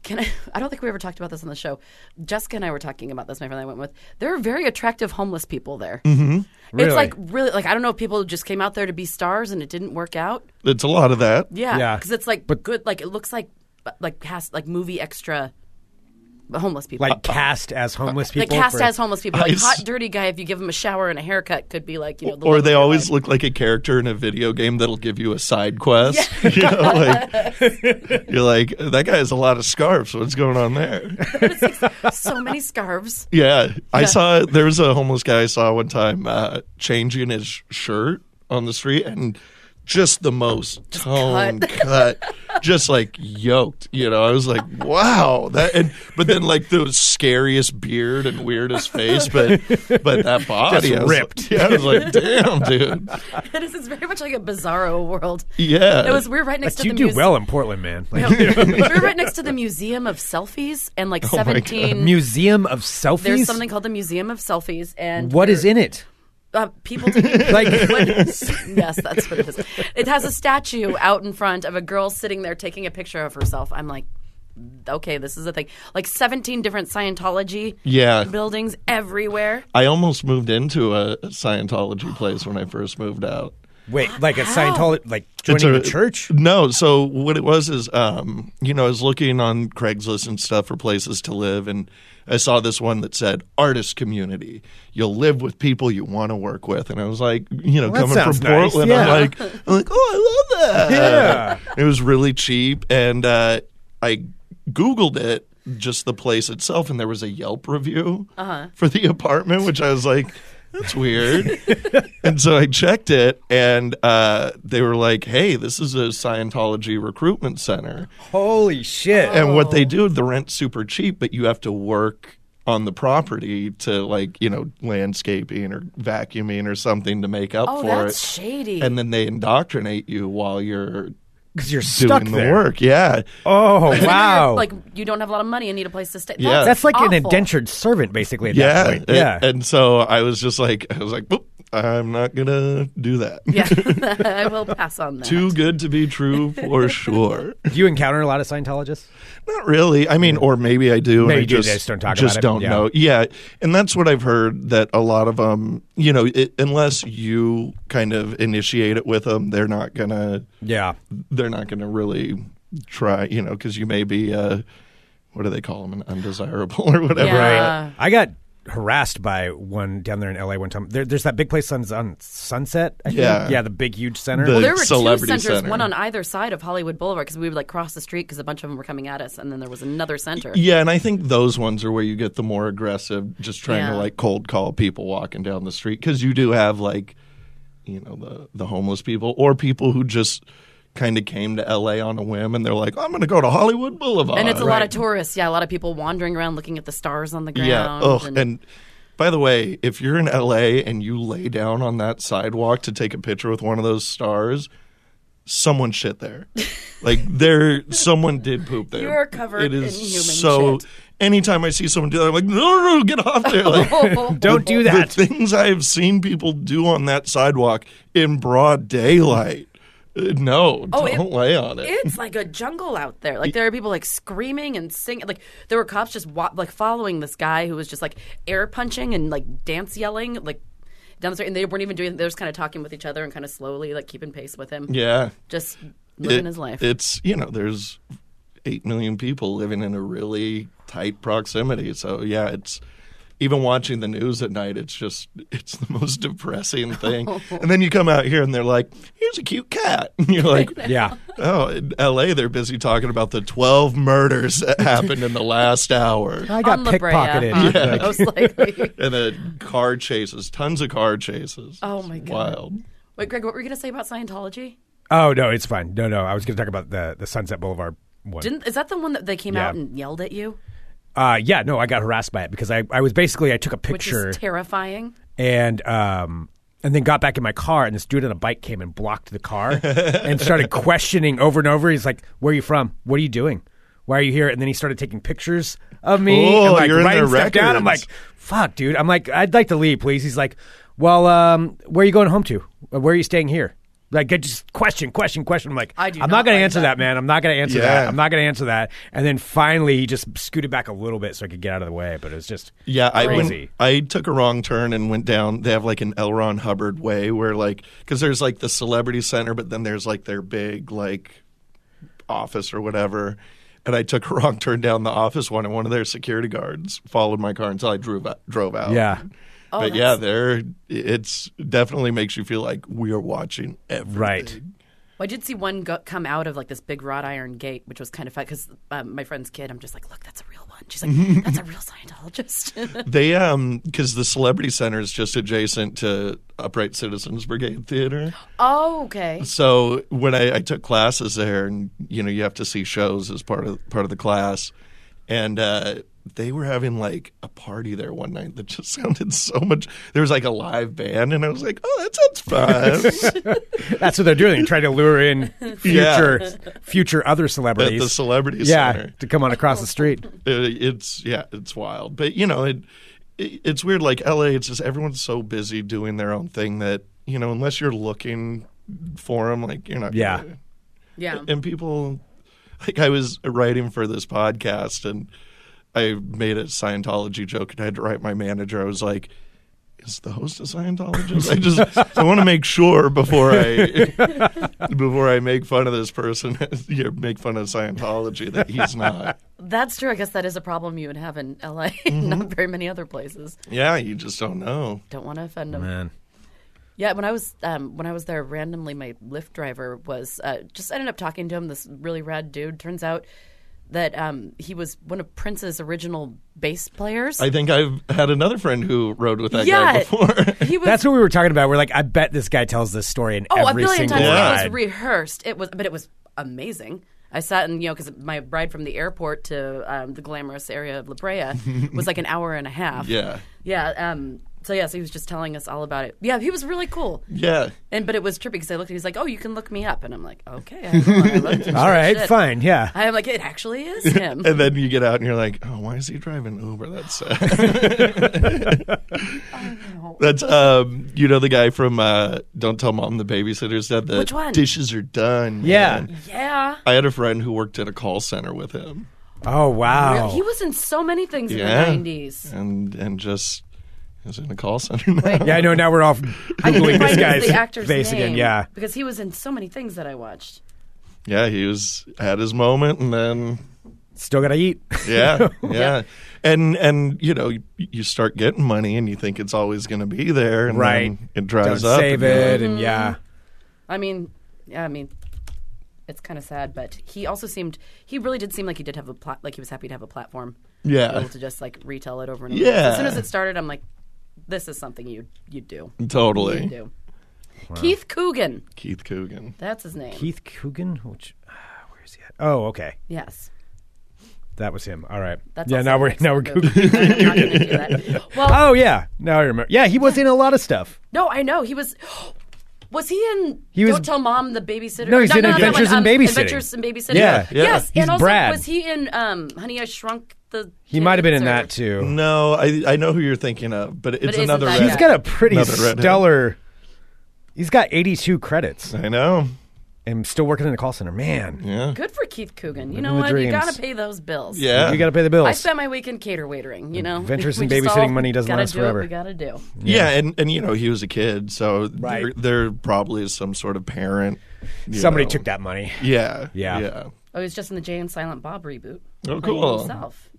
[SPEAKER 2] Can I, *laughs* I don't think we ever talked about this on the show. Jessica and I were talking about this. My friend I went with. There are very attractive homeless people there. Mm-hmm.
[SPEAKER 1] Really?
[SPEAKER 2] It's like really like I don't know if people just came out there to be stars and it didn't work out.
[SPEAKER 3] It's a lot of that.
[SPEAKER 2] Yeah,
[SPEAKER 1] Yeah.
[SPEAKER 2] because it's like good. Like it looks like like past like movie extra homeless people.
[SPEAKER 3] uh,
[SPEAKER 1] Like cast as homeless
[SPEAKER 2] Like
[SPEAKER 1] people.
[SPEAKER 2] cast
[SPEAKER 1] for-
[SPEAKER 2] as homeless people. Like
[SPEAKER 3] I s-
[SPEAKER 2] hot dirty guy. If you give him a shower and a haircut, could be like you know. The love
[SPEAKER 3] Or
[SPEAKER 2] of
[SPEAKER 3] they
[SPEAKER 2] your
[SPEAKER 3] always
[SPEAKER 2] life.
[SPEAKER 3] look like a character in a video game that'll give you a side quest. *laughs* You know,
[SPEAKER 2] *laughs*
[SPEAKER 3] like- you're like, that guy has a lot of scarves. What's going on there?
[SPEAKER 2] *laughs* so many scarves. *laughs*
[SPEAKER 3] Yeah. I saw, there was a homeless guy I saw one time uh, changing his shirt on the street and just the most tone cut. just like yoked. You know, I was like, wow. That and but then like the scariest beard and weirdest face, but but that body
[SPEAKER 1] Just
[SPEAKER 3] I was like-
[SPEAKER 1] ripped.
[SPEAKER 3] yeah, I was like, damn, dude.
[SPEAKER 2] it is it's very much like a bizarro world.
[SPEAKER 3] Yeah.
[SPEAKER 2] It was we were right next
[SPEAKER 1] But
[SPEAKER 2] to
[SPEAKER 1] you
[SPEAKER 2] the
[SPEAKER 1] do
[SPEAKER 2] muse-
[SPEAKER 1] well in Portland, man. Like,
[SPEAKER 2] we *laughs* were
[SPEAKER 1] *laughs*
[SPEAKER 2] right next to the Museum of Selfies and like
[SPEAKER 1] Oh
[SPEAKER 3] my God.
[SPEAKER 2] 17
[SPEAKER 1] Museum of selfies.
[SPEAKER 2] there's something called the Museum of Selfies and
[SPEAKER 1] What
[SPEAKER 2] we're-
[SPEAKER 1] is in
[SPEAKER 2] *laughs*
[SPEAKER 1] it?
[SPEAKER 2] uh, people taking
[SPEAKER 1] Like,
[SPEAKER 2] What- *laughs* yes, that's what it is. It has a statue out in front of a girl sitting there taking a picture of herself. I'm like, okay, this is a thing. Like 17 different Scientology
[SPEAKER 3] Yeah.
[SPEAKER 2] buildings everywhere.
[SPEAKER 3] I almost moved into a Scientology place when I first moved out.
[SPEAKER 1] wait, like a
[SPEAKER 2] How?
[SPEAKER 1] Scientology, like
[SPEAKER 3] It's
[SPEAKER 1] joining
[SPEAKER 3] a-
[SPEAKER 1] a church?
[SPEAKER 3] *laughs* No, so what it was is, um, you know, I was looking on Craigslist and stuff for places to live, and I saw this one that said artist community. You'll live with people you want to work with, and I was like, you know,
[SPEAKER 1] Well, that
[SPEAKER 3] coming from
[SPEAKER 1] sounds nice,
[SPEAKER 3] Portland, I'm
[SPEAKER 1] yeah.
[SPEAKER 3] like, I'm like, oh, I love that.
[SPEAKER 1] Yeah.
[SPEAKER 3] it was really cheap, and uh, I googled it. Just the place itself, and there was a Yelp review for the apartment, which I was like, "That's weird." and so I checked it, and uh, they were like, "Hey, this is a Scientology recruitment center,
[SPEAKER 1] Holy shit.
[SPEAKER 3] and what
[SPEAKER 2] Oh.
[SPEAKER 3] they do, the rent's super cheap, but you have to work." On the property to like you know landscaping or vacuuming or something to make up
[SPEAKER 2] Oh,
[SPEAKER 3] for
[SPEAKER 2] that's
[SPEAKER 3] it,
[SPEAKER 2] shady.
[SPEAKER 3] and then they indoctrinate you while you're
[SPEAKER 1] Because you're
[SPEAKER 3] doing
[SPEAKER 1] stuck
[SPEAKER 3] the
[SPEAKER 1] there.
[SPEAKER 3] work. Yeah,
[SPEAKER 2] *laughs*
[SPEAKER 1] Oh,
[SPEAKER 2] And then you're,
[SPEAKER 1] wow.
[SPEAKER 2] Like you don't have a lot of money and need a place to stay.
[SPEAKER 3] Yeah.
[SPEAKER 2] That's,
[SPEAKER 1] That's like an
[SPEAKER 2] awful.
[SPEAKER 1] indentured servant, basically, at
[SPEAKER 3] yeah,
[SPEAKER 1] that point.
[SPEAKER 3] And-
[SPEAKER 1] Yeah.
[SPEAKER 3] And, so I was just like, I was like, "Boop, I'm not gonna do that.
[SPEAKER 2] Yeah, *laughs* I will pass on that.
[SPEAKER 3] *laughs* Too good to be
[SPEAKER 2] *laughs*
[SPEAKER 3] true for sure.
[SPEAKER 1] do you encounter a lot of Scientologists?
[SPEAKER 3] Not really. I mean, or maybe I do.
[SPEAKER 1] Maybe
[SPEAKER 3] and I
[SPEAKER 1] you do,
[SPEAKER 3] just,
[SPEAKER 1] they just don't talk
[SPEAKER 3] just
[SPEAKER 1] about it.
[SPEAKER 3] don't
[SPEAKER 1] Yeah.
[SPEAKER 3] know. Yeah, and that's what I've heard that a lot of them. You know, it, unless you kind of initiate it with them, they're not gonna.
[SPEAKER 1] Yeah.
[SPEAKER 3] They're not gonna really try. You know, because you may be. Uh, what do they call them? An undesirable *laughs* or whatever.
[SPEAKER 2] Yeah.
[SPEAKER 1] Right.
[SPEAKER 2] Uh.
[SPEAKER 1] I got harassed by one down there in LA one time. There, there's that big place on, on Sunset, I think.
[SPEAKER 3] Yeah.
[SPEAKER 1] Yeah, the big, huge center.
[SPEAKER 3] The-
[SPEAKER 2] Well, there were two
[SPEAKER 3] Celebrity
[SPEAKER 2] centers,
[SPEAKER 3] Center.
[SPEAKER 2] one on either side of Hollywood Boulevard, because we would like cross the street because a bunch of them were coming at us, and then there was another center.
[SPEAKER 3] Yeah, and I think those ones are where you get the more aggressive, just trying to
[SPEAKER 2] Yeah.
[SPEAKER 3] like cold call people walking down the street because you do have like, you know, the the homeless people or people who just kind of came to L.A. on a whim and they're like, I'm going to go to Hollywood Boulevard,
[SPEAKER 2] and it's a lot of
[SPEAKER 1] right.
[SPEAKER 2] tourists. Yeah, a lot of people wandering around looking at the stars on the ground.
[SPEAKER 3] yeah. Ugh. And, by the way, if you're in L.A. and you lay down on that sidewalk to take a picture with one of those stars. Someone
[SPEAKER 2] *laughs*
[SPEAKER 3] shit there, like there. Someone did poop there.
[SPEAKER 2] You are covered
[SPEAKER 3] It is
[SPEAKER 2] in human
[SPEAKER 3] so.
[SPEAKER 2] shit.
[SPEAKER 3] Anytime I see someone do that, I'm like, no, no, no, get off there!
[SPEAKER 2] *laughs*
[SPEAKER 3] Like,
[SPEAKER 1] Don't do
[SPEAKER 3] the
[SPEAKER 1] that.
[SPEAKER 3] things I have seen people do on that sidewalk in broad daylight. Uh, No,
[SPEAKER 2] Oh, it-
[SPEAKER 3] don't lay on it.
[SPEAKER 2] It's like a jungle out there. Like there are people like screaming and singing. Like there were cops just wa- like following this guy who was just like air punching and like dance yelling like down the street, and they weren't even doing. They were just kind of talking with each other and kind of slowly like keeping pace with him.
[SPEAKER 3] yeah,
[SPEAKER 2] just living
[SPEAKER 3] It-
[SPEAKER 2] his life.
[SPEAKER 3] It's you know, there's eight million people living in a really tight proximity. So yeah, it's even watching the news at night. It's just it's the most *laughs*
[SPEAKER 2] *laughs*
[SPEAKER 3] depressing thing. And then you come out here and they're like, "Here's a cute cat," *laughs* and
[SPEAKER 2] *laughs*
[SPEAKER 3] you're like,
[SPEAKER 1] yeah.
[SPEAKER 3] "Oh, in L.A. They're busy talking about the twelve murders that *laughs* happened in the last hour."
[SPEAKER 1] I got
[SPEAKER 2] On La Brea,
[SPEAKER 1] pickpocketed.
[SPEAKER 2] *laughs* huh?
[SPEAKER 3] Yeah.
[SPEAKER 2] most likely.
[SPEAKER 3] and then car chases, tons of car chases.
[SPEAKER 2] Oh,
[SPEAKER 3] It's
[SPEAKER 2] my God.
[SPEAKER 3] Wild.
[SPEAKER 2] Wait, Greg, what were you going to say about Scientology?
[SPEAKER 1] *laughs* Oh, no, it's fine. No, no. I was going to talk about the, the Sunset Boulevard one.
[SPEAKER 2] Didn't is that the one that they came
[SPEAKER 1] Yeah.
[SPEAKER 2] out and yelled at you,
[SPEAKER 1] Uh, yeah, no, I got harassed by it because I, I was basically I took a
[SPEAKER 2] which
[SPEAKER 1] picture
[SPEAKER 2] is terrifying.
[SPEAKER 1] and um and then got back in my car and this dude on a bike came and blocked the
[SPEAKER 3] *laughs*
[SPEAKER 1] car and started questioning over and over. He's like, "Where are you from? What are you doing? Why are you here?" And then he started taking pictures of me and
[SPEAKER 3] Oh,
[SPEAKER 1] like
[SPEAKER 3] you're in
[SPEAKER 1] writing
[SPEAKER 3] their
[SPEAKER 1] stuff down. I'm
[SPEAKER 3] records.
[SPEAKER 1] like, "Fuck, dude!" I'm like, "I'd like to leave, please." He's like, "Well, um, where are you going home to? Where are you staying here?" Like I just question, question, question. I'm like,
[SPEAKER 2] I do
[SPEAKER 1] I'm
[SPEAKER 2] not
[SPEAKER 1] not gonna
[SPEAKER 2] like
[SPEAKER 1] answer that.
[SPEAKER 2] that.
[SPEAKER 1] man. I'm not gonna answer that.
[SPEAKER 3] Yeah.
[SPEAKER 1] I'm not gonna answer that. And then finally, he just scooted back a little bit so I could get out of the way. But it was just
[SPEAKER 3] Yeah, I
[SPEAKER 1] Crazy.
[SPEAKER 3] went, I took a wrong turn and went down. They have like an L. Ron Hubbard way where like because there's like the celebrity center, but then there's like their big like office or whatever. And I took a *laughs* wrong turn down the office one, and one of their security guards followed my car until I drove out, drove out.
[SPEAKER 1] Yeah.
[SPEAKER 3] but yeah, there it's definitely makes you feel like we are watching everything.
[SPEAKER 1] right.
[SPEAKER 2] Well, I did see one go- come out of like this big wrought iron gate, which was kind of fun because um, my friend's kid. I'm just like, look, that's a real one. She's
[SPEAKER 3] *laughs*
[SPEAKER 2] like, that's a real Scientologist. *laughs*
[SPEAKER 3] They um because the Celebrity Center is just adjacent to Upright Citizens Brigade Theater.
[SPEAKER 2] oh, okay.
[SPEAKER 3] So when I, I took classes there, and you know you have to see shows as part of part of the class, and uh, they were having like a party there one night that just *laughs* sounded so much. There was like a live band, and I was like, oh,
[SPEAKER 1] *laughs*
[SPEAKER 3] that sounds fun.
[SPEAKER 1] That's what they're doing. They're trying to lure in
[SPEAKER 2] *laughs*
[SPEAKER 1] future future other
[SPEAKER 3] At the
[SPEAKER 1] celebrities.
[SPEAKER 3] Celebrity
[SPEAKER 1] yeah,
[SPEAKER 3] Center.
[SPEAKER 1] to come on across the street.
[SPEAKER 3] It- it's yeah, it's wild. But you know, it, it it's weird. Like LA, it's just everyone's so busy doing their own thing that you know, unless you're looking for them, like you're not.
[SPEAKER 1] Yeah.
[SPEAKER 3] gonna-
[SPEAKER 2] Yeah.
[SPEAKER 3] and people, like I was writing for this podcast and I made a Scientology joke and I had to write my manager. I was like. Is the host a Scientologist? I just I want to make sure before I *laughs* before I make fun of this person, *laughs* you know, make fun of Scientology that he's not.
[SPEAKER 2] That's true. I guess that is a problem you would have in LA, *laughs*
[SPEAKER 3] Mm-hmm.
[SPEAKER 2] not very many other places.
[SPEAKER 3] Yeah, you just don't know.
[SPEAKER 2] Don't want to offend them.
[SPEAKER 1] Man.
[SPEAKER 2] Yeah, when I was um, when I was there, randomly my Lyft driver was uh, just ended up talking to him. This really rad dude. Turns out that um, he was one of Prince's original bass players.
[SPEAKER 3] I think I've had another friend who rode with that guy
[SPEAKER 2] Yeah.
[SPEAKER 3] before. *laughs*
[SPEAKER 2] he was.
[SPEAKER 1] That's what we were talking about. We're like, I bet this guy tells this story in
[SPEAKER 2] oh, a
[SPEAKER 1] every
[SPEAKER 2] billion
[SPEAKER 1] single
[SPEAKER 2] times.
[SPEAKER 1] ride.
[SPEAKER 2] It was rehearsed. It was, but it was amazing. I sat in, you know, because my ride from the airport to um, the glamorous area of La
[SPEAKER 1] *laughs*
[SPEAKER 2] Brea was like an hour and a half.
[SPEAKER 3] yeah.
[SPEAKER 2] Yeah. Um, so yeah, so he was just telling us all about it. Yeah, he was really cool.
[SPEAKER 3] Yeah.
[SPEAKER 2] And but it was trippy because I looked at he's like, oh, you can look me up, and I'm like, okay, I will. I
[SPEAKER 1] *laughs*
[SPEAKER 2] looked and
[SPEAKER 1] All right,
[SPEAKER 2] shit.
[SPEAKER 1] fine, yeah.
[SPEAKER 2] I'm like, it actually is him.
[SPEAKER 3] And then you get out and you're like, oh, why is he driving Uber? That's sad. *laughs*
[SPEAKER 2] Oh,
[SPEAKER 3] That's, um, you know, the guy from uh, Don't Tell Mom the Babysitter's Dead. The
[SPEAKER 2] Which one?
[SPEAKER 3] Dishes are done.
[SPEAKER 1] Yeah.
[SPEAKER 3] man.
[SPEAKER 2] yeah.
[SPEAKER 3] I had a friend who worked at a call center with him.
[SPEAKER 1] Oh wow.
[SPEAKER 2] He was in so many things
[SPEAKER 3] Yeah.
[SPEAKER 2] in the 90s.
[SPEAKER 3] And and just is in a call center now.
[SPEAKER 1] yeah, I know. Now we're off
[SPEAKER 2] I need to
[SPEAKER 1] *laughs* googling this
[SPEAKER 2] find
[SPEAKER 1] guy's
[SPEAKER 2] the actor's
[SPEAKER 1] face
[SPEAKER 2] name
[SPEAKER 1] again. Yeah.
[SPEAKER 2] because he was in so many things that I watched.
[SPEAKER 3] Yeah, he was had his moment and then
[SPEAKER 1] Still gotta eat.
[SPEAKER 3] yeah, yeah. And and you know you, you start getting money and you think it's always going to be there,
[SPEAKER 1] *laughs*
[SPEAKER 3] and
[SPEAKER 1] Right.
[SPEAKER 3] then it
[SPEAKER 1] Don't
[SPEAKER 3] dries up.
[SPEAKER 1] save
[SPEAKER 3] and you're
[SPEAKER 1] it,
[SPEAKER 3] like,
[SPEAKER 1] and
[SPEAKER 2] Mm-hmm.
[SPEAKER 1] yeah.
[SPEAKER 2] I mean, yeah, I mean, it's kind of sad, but he also seemed he really did seem like he did have a plat, like he was happy to have a platform,
[SPEAKER 3] Yeah.
[SPEAKER 2] able to just like retell it over and over.
[SPEAKER 3] Yeah.
[SPEAKER 2] As soon as it started, I'm like, this is something you you do, you
[SPEAKER 3] totally.
[SPEAKER 2] do. Keith Coogan,
[SPEAKER 3] Keith Coogan.
[SPEAKER 2] that's his name.
[SPEAKER 1] Keith Coogan, which ah, where is he at? Oh, okay,
[SPEAKER 2] Yes.
[SPEAKER 1] that was him. All right.
[SPEAKER 2] That's
[SPEAKER 1] yeah.
[SPEAKER 2] also
[SPEAKER 1] Now we're
[SPEAKER 2] next
[SPEAKER 1] now we're
[SPEAKER 2] to Google.
[SPEAKER 1] googling.
[SPEAKER 2] I'm not gonna do that.
[SPEAKER 1] *laughs*
[SPEAKER 2] Well,
[SPEAKER 1] Oh yeah. Now I remember. Yeah, he was in a lot of stuff.
[SPEAKER 2] no, I know he was. Was he in?
[SPEAKER 1] He was-
[SPEAKER 2] Don't tell mom the babysitter.
[SPEAKER 1] No, he's in
[SPEAKER 2] that
[SPEAKER 1] Adventures
[SPEAKER 2] one,
[SPEAKER 1] in Babysitting.
[SPEAKER 2] um, Adventures in babysitting.
[SPEAKER 1] Yeah,
[SPEAKER 3] yeah.
[SPEAKER 2] Yes,
[SPEAKER 1] He's
[SPEAKER 2] and also
[SPEAKER 1] Brad.
[SPEAKER 2] was he in um, Honey I Shrunk the?
[SPEAKER 1] He might have been in
[SPEAKER 2] Kids, or-
[SPEAKER 1] that too.
[SPEAKER 3] No, I I know who you're thinking of, but it's
[SPEAKER 2] it isn't
[SPEAKER 3] another.
[SPEAKER 2] that
[SPEAKER 3] red-
[SPEAKER 2] guy.
[SPEAKER 1] He's got a pretty
[SPEAKER 3] Another redhead.
[SPEAKER 1] stellar. He's got 82 credits
[SPEAKER 3] I know.
[SPEAKER 1] and still working in a call center. Man,
[SPEAKER 3] Yeah.
[SPEAKER 2] Good for Keith Coogan.
[SPEAKER 1] Living
[SPEAKER 2] You know
[SPEAKER 1] the
[SPEAKER 2] what? You
[SPEAKER 1] dreams.
[SPEAKER 2] gotta pay those bills.
[SPEAKER 3] Yeah.
[SPEAKER 1] you got to pay the bills.
[SPEAKER 2] I spent my weekend cater waitering. You know,
[SPEAKER 1] Adventures
[SPEAKER 2] *laughs* We
[SPEAKER 1] in
[SPEAKER 2] just
[SPEAKER 1] babysitting
[SPEAKER 2] all
[SPEAKER 1] money doesn't
[SPEAKER 2] gotta
[SPEAKER 1] last
[SPEAKER 2] do what
[SPEAKER 1] forever.
[SPEAKER 2] we gotta do.
[SPEAKER 3] yeah, and and you know he was a kid, so
[SPEAKER 1] Right.
[SPEAKER 3] there, there probably is some sort of parent. you
[SPEAKER 1] Somebody
[SPEAKER 3] know.
[SPEAKER 1] took that money.
[SPEAKER 3] Yeah,
[SPEAKER 1] Yeah.
[SPEAKER 3] yeah.
[SPEAKER 2] Oh, he was just in the Jay and Silent Bob reboot. Playing
[SPEAKER 3] Oh, cool.
[SPEAKER 2] Himself.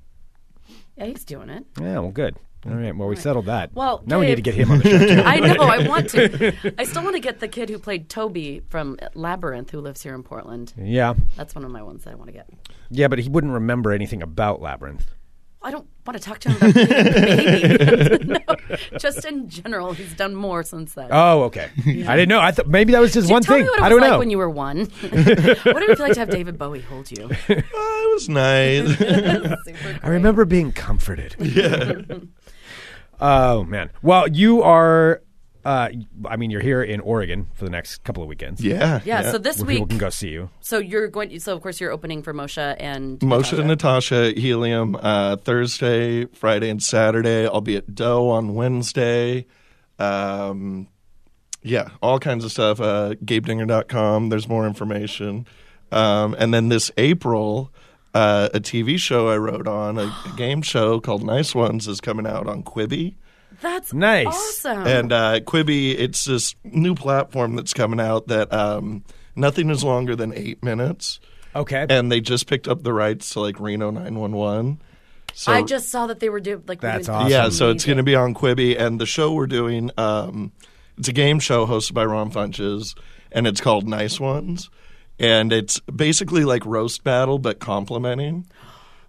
[SPEAKER 2] Yeah, he's doing it.
[SPEAKER 1] Yeah. Well, good. All right. Well, we settled that.
[SPEAKER 2] Well,
[SPEAKER 1] now we need to get
[SPEAKER 2] Dave-
[SPEAKER 1] him on the *laughs* show.
[SPEAKER 2] I know. I want
[SPEAKER 1] *laughs*
[SPEAKER 2] to. I still want to get the kid who played Toby from Labyrinth, who lives here in Portland.
[SPEAKER 1] yeah.
[SPEAKER 2] That's one of my ones that I want to get.
[SPEAKER 1] Yeah, but he wouldn't remember anything about Labyrinth.
[SPEAKER 2] I don't want to talk to him about being a baby. *laughs* no, just in general, he's done more since then.
[SPEAKER 1] Oh, okay. I didn't know. I thought maybe that was just
[SPEAKER 2] Dude,
[SPEAKER 1] one
[SPEAKER 2] tell
[SPEAKER 1] thing.
[SPEAKER 2] me what it
[SPEAKER 1] I
[SPEAKER 2] was
[SPEAKER 1] don't
[SPEAKER 2] like
[SPEAKER 1] know.
[SPEAKER 2] when you were one. *laughs* what did it feel like to have David Bowie hold you?
[SPEAKER 3] Oh, it was
[SPEAKER 2] *laughs*
[SPEAKER 3] nice.
[SPEAKER 2] Super
[SPEAKER 1] I remember being
[SPEAKER 3] *laughs*
[SPEAKER 1] comforted. Yeah. *laughs* oh man. Well, you are. Uh, I mean, you're here in Oregon for the next couple of weekends.
[SPEAKER 3] yeah,
[SPEAKER 2] Yeah, so this
[SPEAKER 1] where people
[SPEAKER 2] week,
[SPEAKER 1] can go see you.
[SPEAKER 2] so you're going. So of course you're opening for Moshe and
[SPEAKER 3] Moshe,
[SPEAKER 2] Natasha.
[SPEAKER 3] Natasha, Helium uh, Thursday, Friday, and Saturday. I'll be at Doe on Wednesday. Um, yeah, all kinds of stuff. Uh, GabeDinger.com. There's more information. Um, and then this April, uh, a TV show I wrote on, a, a game show called Nice Ones, is coming out on Quibi.
[SPEAKER 2] That's
[SPEAKER 1] Nice.
[SPEAKER 2] awesome.
[SPEAKER 3] And uh, Quibi, it's this new platform that's coming out that um, nothing is longer than eight minutes
[SPEAKER 1] Okay.
[SPEAKER 3] and they just picked up the rights to like Reno 911. So
[SPEAKER 2] I just saw that they were doing like
[SPEAKER 1] That's
[SPEAKER 2] doing-
[SPEAKER 1] awesome.
[SPEAKER 3] yeah, so it's going to be on Quibi, and the show we're doing, um, it's a game show hosted by Ron Funches, and it's called Nice Ones, and it's basically like roast battle but complimenting.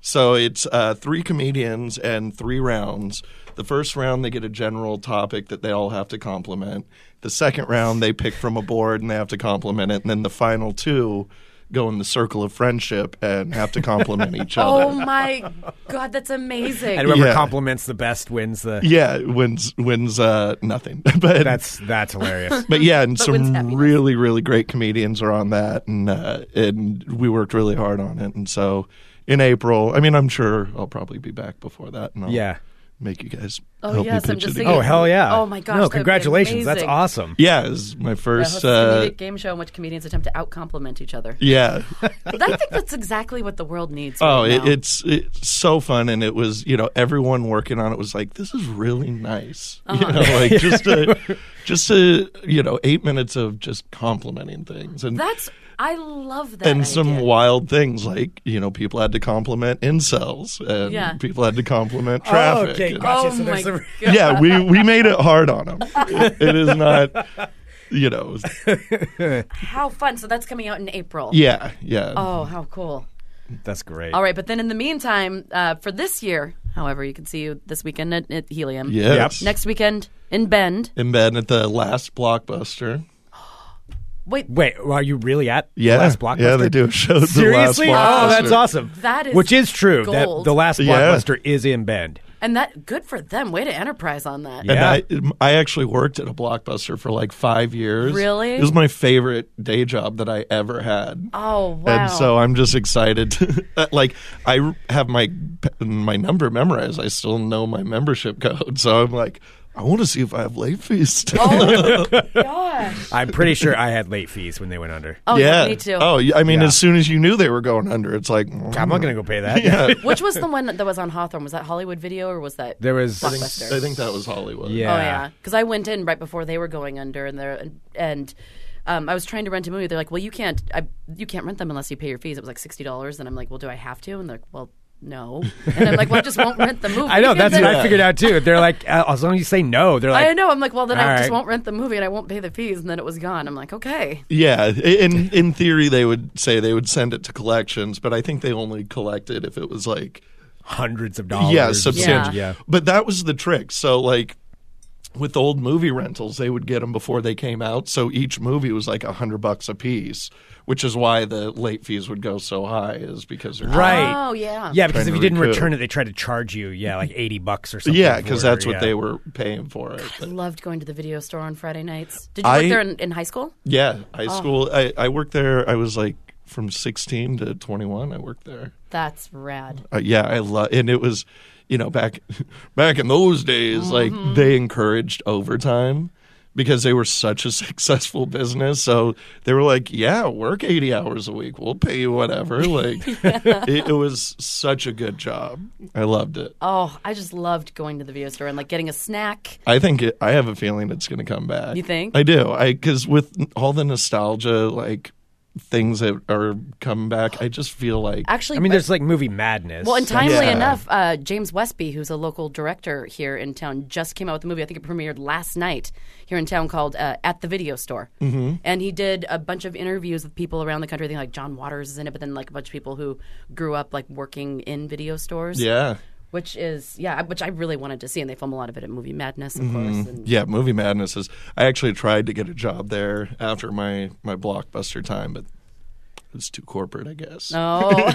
[SPEAKER 3] So it's uh, three comedians and three rounds. The first round, they get a general topic that they all have to compliment. The second round, they pick from a board and they have to compliment it. And then the final two go in the circle of friendship and have to compliment
[SPEAKER 2] *laughs*
[SPEAKER 3] each
[SPEAKER 2] Oh
[SPEAKER 3] other.
[SPEAKER 2] my god, that's amazing.
[SPEAKER 1] And whoever
[SPEAKER 3] Yeah.
[SPEAKER 1] compliments the best wins the.
[SPEAKER 3] Yeah, wins wins uh, nothing. *laughs* but
[SPEAKER 1] That's that's hilarious.
[SPEAKER 3] but *laughs* yeah, and
[SPEAKER 2] wins
[SPEAKER 3] some
[SPEAKER 2] happiness.
[SPEAKER 3] really really great comedians are on that, and uh, and we worked really hard on it, and so. In April, I mean, I'm sure I'll probably be back before that, and I'll
[SPEAKER 1] Yeah.
[SPEAKER 3] make you guys.
[SPEAKER 2] Oh
[SPEAKER 3] help me
[SPEAKER 2] yes, I'm
[SPEAKER 3] pitch
[SPEAKER 2] just
[SPEAKER 3] it
[SPEAKER 2] thinking.
[SPEAKER 1] oh hell yeah!
[SPEAKER 2] Oh my gosh! that
[SPEAKER 1] No,
[SPEAKER 2] would be
[SPEAKER 1] congratulations. That's
[SPEAKER 2] amazing.
[SPEAKER 1] awesome.
[SPEAKER 3] Yeah, it was my
[SPEAKER 2] Yeah,
[SPEAKER 3] first.
[SPEAKER 2] host
[SPEAKER 3] Uh,
[SPEAKER 2] a game show in which comedians attempt to out compliment each other. *laughs*
[SPEAKER 3] yeah.
[SPEAKER 2] I think that's exactly what the world needs.
[SPEAKER 3] Oh,
[SPEAKER 2] right
[SPEAKER 3] it,
[SPEAKER 2] now.
[SPEAKER 3] it's it's so fun, and it was you know everyone working on it was like, this is really nice.
[SPEAKER 2] Uh-huh.
[SPEAKER 3] You know, like
[SPEAKER 1] *laughs*
[SPEAKER 3] just a, just a you know eight minutes of just complimenting things and.
[SPEAKER 2] that's I love that.
[SPEAKER 3] and some
[SPEAKER 2] idea.
[SPEAKER 3] wild things like you know people had to compliment incels and
[SPEAKER 2] Yeah.
[SPEAKER 3] people had to compliment traffic.
[SPEAKER 1] okay,
[SPEAKER 3] and-
[SPEAKER 1] gotcha.
[SPEAKER 2] Oh
[SPEAKER 1] So
[SPEAKER 2] my
[SPEAKER 1] there's the-
[SPEAKER 2] god!
[SPEAKER 3] *laughs* yeah, we we made it hard on them. it is not, you
[SPEAKER 1] *laughs*
[SPEAKER 3] know,
[SPEAKER 2] How fun! So that's coming out in April.
[SPEAKER 3] yeah, yeah.
[SPEAKER 2] Oh, how cool!
[SPEAKER 1] That's great.
[SPEAKER 2] All right, but then in the meantime, uh, for this year, however, you can see you this weekend at, at Helium.
[SPEAKER 3] Yes.
[SPEAKER 2] Next weekend in Bend.
[SPEAKER 3] in bed at the last blockbuster.
[SPEAKER 2] Wait,
[SPEAKER 1] Wait, are you really at
[SPEAKER 3] Yeah,
[SPEAKER 1] the last blockbuster?
[SPEAKER 3] yeah, they do a show. at the last
[SPEAKER 1] Seriously?
[SPEAKER 3] Blockbuster.
[SPEAKER 1] oh, that's awesome.
[SPEAKER 2] That is
[SPEAKER 1] which is true. That
[SPEAKER 2] gold.
[SPEAKER 1] the last
[SPEAKER 3] Yeah.
[SPEAKER 1] blockbuster is in Bend.
[SPEAKER 2] and that good for them. Way to enterprise on that.
[SPEAKER 1] Yeah.
[SPEAKER 3] And I, I actually worked at a blockbuster for like five years.
[SPEAKER 2] Really?
[SPEAKER 3] it was my favorite day job that I ever had.
[SPEAKER 2] Oh wow!
[SPEAKER 3] And so I'm just excited. *laughs* to- like I have my my number memorized. I still know my membership *laughs* code. So I'm like, I want to see if I have late fees. *laughs* Still.
[SPEAKER 2] oh gosh!
[SPEAKER 1] I'm pretty sure I had late fees when they went under.
[SPEAKER 2] Oh
[SPEAKER 3] yeah.
[SPEAKER 2] me too.
[SPEAKER 3] Oh, I mean,
[SPEAKER 1] Yeah.
[SPEAKER 3] as soon as you knew they were going under, it's like "Mm,
[SPEAKER 1] I'm not going to go pay that.
[SPEAKER 3] *laughs* Yeah.
[SPEAKER 2] *laughs* Which was the one that was on Hawthorne? Was that Hollywood Video or was that?
[SPEAKER 1] There was.
[SPEAKER 2] *laughs* Blockbuster.
[SPEAKER 3] I think that was Hollywood.
[SPEAKER 1] Yeah.
[SPEAKER 2] Oh yeah, because I went in right before they were going under, and they're and um, I was trying to rent a movie. They're like, "Well, you can't, I, you can't rent them unless you pay your fees." It was like sixty dollars, and I'm like, "Well, do I have to?" And they're like, "Well, no." And I'm like, "Well, *laughs* I just won't rent the movie."
[SPEAKER 1] I know.
[SPEAKER 2] And
[SPEAKER 1] That's
[SPEAKER 2] then-
[SPEAKER 1] what I figured out too. They're like, uh, as long as you say no, they're like,
[SPEAKER 2] I know. I'm like, "Well, then I
[SPEAKER 1] All
[SPEAKER 2] just
[SPEAKER 1] right.
[SPEAKER 2] won't rent the movie, and I won't pay the fees." And then it was gone. I'm like, "Okay."
[SPEAKER 3] Yeah, in in theory, they would say they would send it to collections, but I think they only collected if it was like
[SPEAKER 1] hundreds of dollars.
[SPEAKER 3] yeah, substantial.
[SPEAKER 1] Yeah. Yeah.
[SPEAKER 3] But that was the trick. So like with old movie rentals, they would get them before they came out. So each movie was like a hundred bucks a piece, which is why the late fees would go so high, is because they're
[SPEAKER 1] Right.
[SPEAKER 2] Oh yeah.
[SPEAKER 1] Yeah, because
[SPEAKER 3] Trying
[SPEAKER 1] if
[SPEAKER 3] to
[SPEAKER 1] you didn't
[SPEAKER 3] recoup.
[SPEAKER 1] return it, they tried to charge you, yeah, like eighty bucks or something.
[SPEAKER 3] Yeah, because
[SPEAKER 1] for it,
[SPEAKER 3] that's what
[SPEAKER 1] yeah.
[SPEAKER 3] they were paying for it.
[SPEAKER 2] I loved going to the video store on Friday nights. Did you
[SPEAKER 3] I-
[SPEAKER 2] work there in, in high school?
[SPEAKER 3] Yeah, high school. I, I worked there. I was like from sixteen to twenty one. I worked there.
[SPEAKER 2] That's rad.
[SPEAKER 3] Uh, yeah, I love, and it was, you know, back *laughs* back in those days,
[SPEAKER 2] Mm-hmm.
[SPEAKER 3] like they encouraged overtime because they were such a *laughs* successful business. So they were like, "Yeah, work eighty hours a week. We'll pay you whatever."
[SPEAKER 2] *laughs*
[SPEAKER 3] Like, it, it was such a good job. I loved it.
[SPEAKER 2] Oh, I just loved going to the video store and like getting a snack.
[SPEAKER 3] I think it, I have a feeling it's going to come back.
[SPEAKER 2] You think?
[SPEAKER 3] I do. I because with all the nostalgia, like things that are coming back, I just feel like
[SPEAKER 2] Actually,
[SPEAKER 1] I mean, there's like movie madness.
[SPEAKER 2] Well, and timely
[SPEAKER 3] Yeah.
[SPEAKER 2] enough, uh, James Westby, who's a local director here in town, just came out with a movie. I think it premiered last night here in town called uh, At the Video Store. Mm-hmm. And he did a bunch of interviews with people around the country. I think like John Waters is in it, but then like a bunch of people who grew up like working in video stores.
[SPEAKER 3] yeah.
[SPEAKER 2] Which is, yeah, which I really wanted to see. And they film a lot of it at Movie Madness, of course. And
[SPEAKER 3] Yeah, Movie Madness is. I actually tried to get a job there after my my blockbuster time, but it's too corporate, I guess.
[SPEAKER 2] Oh.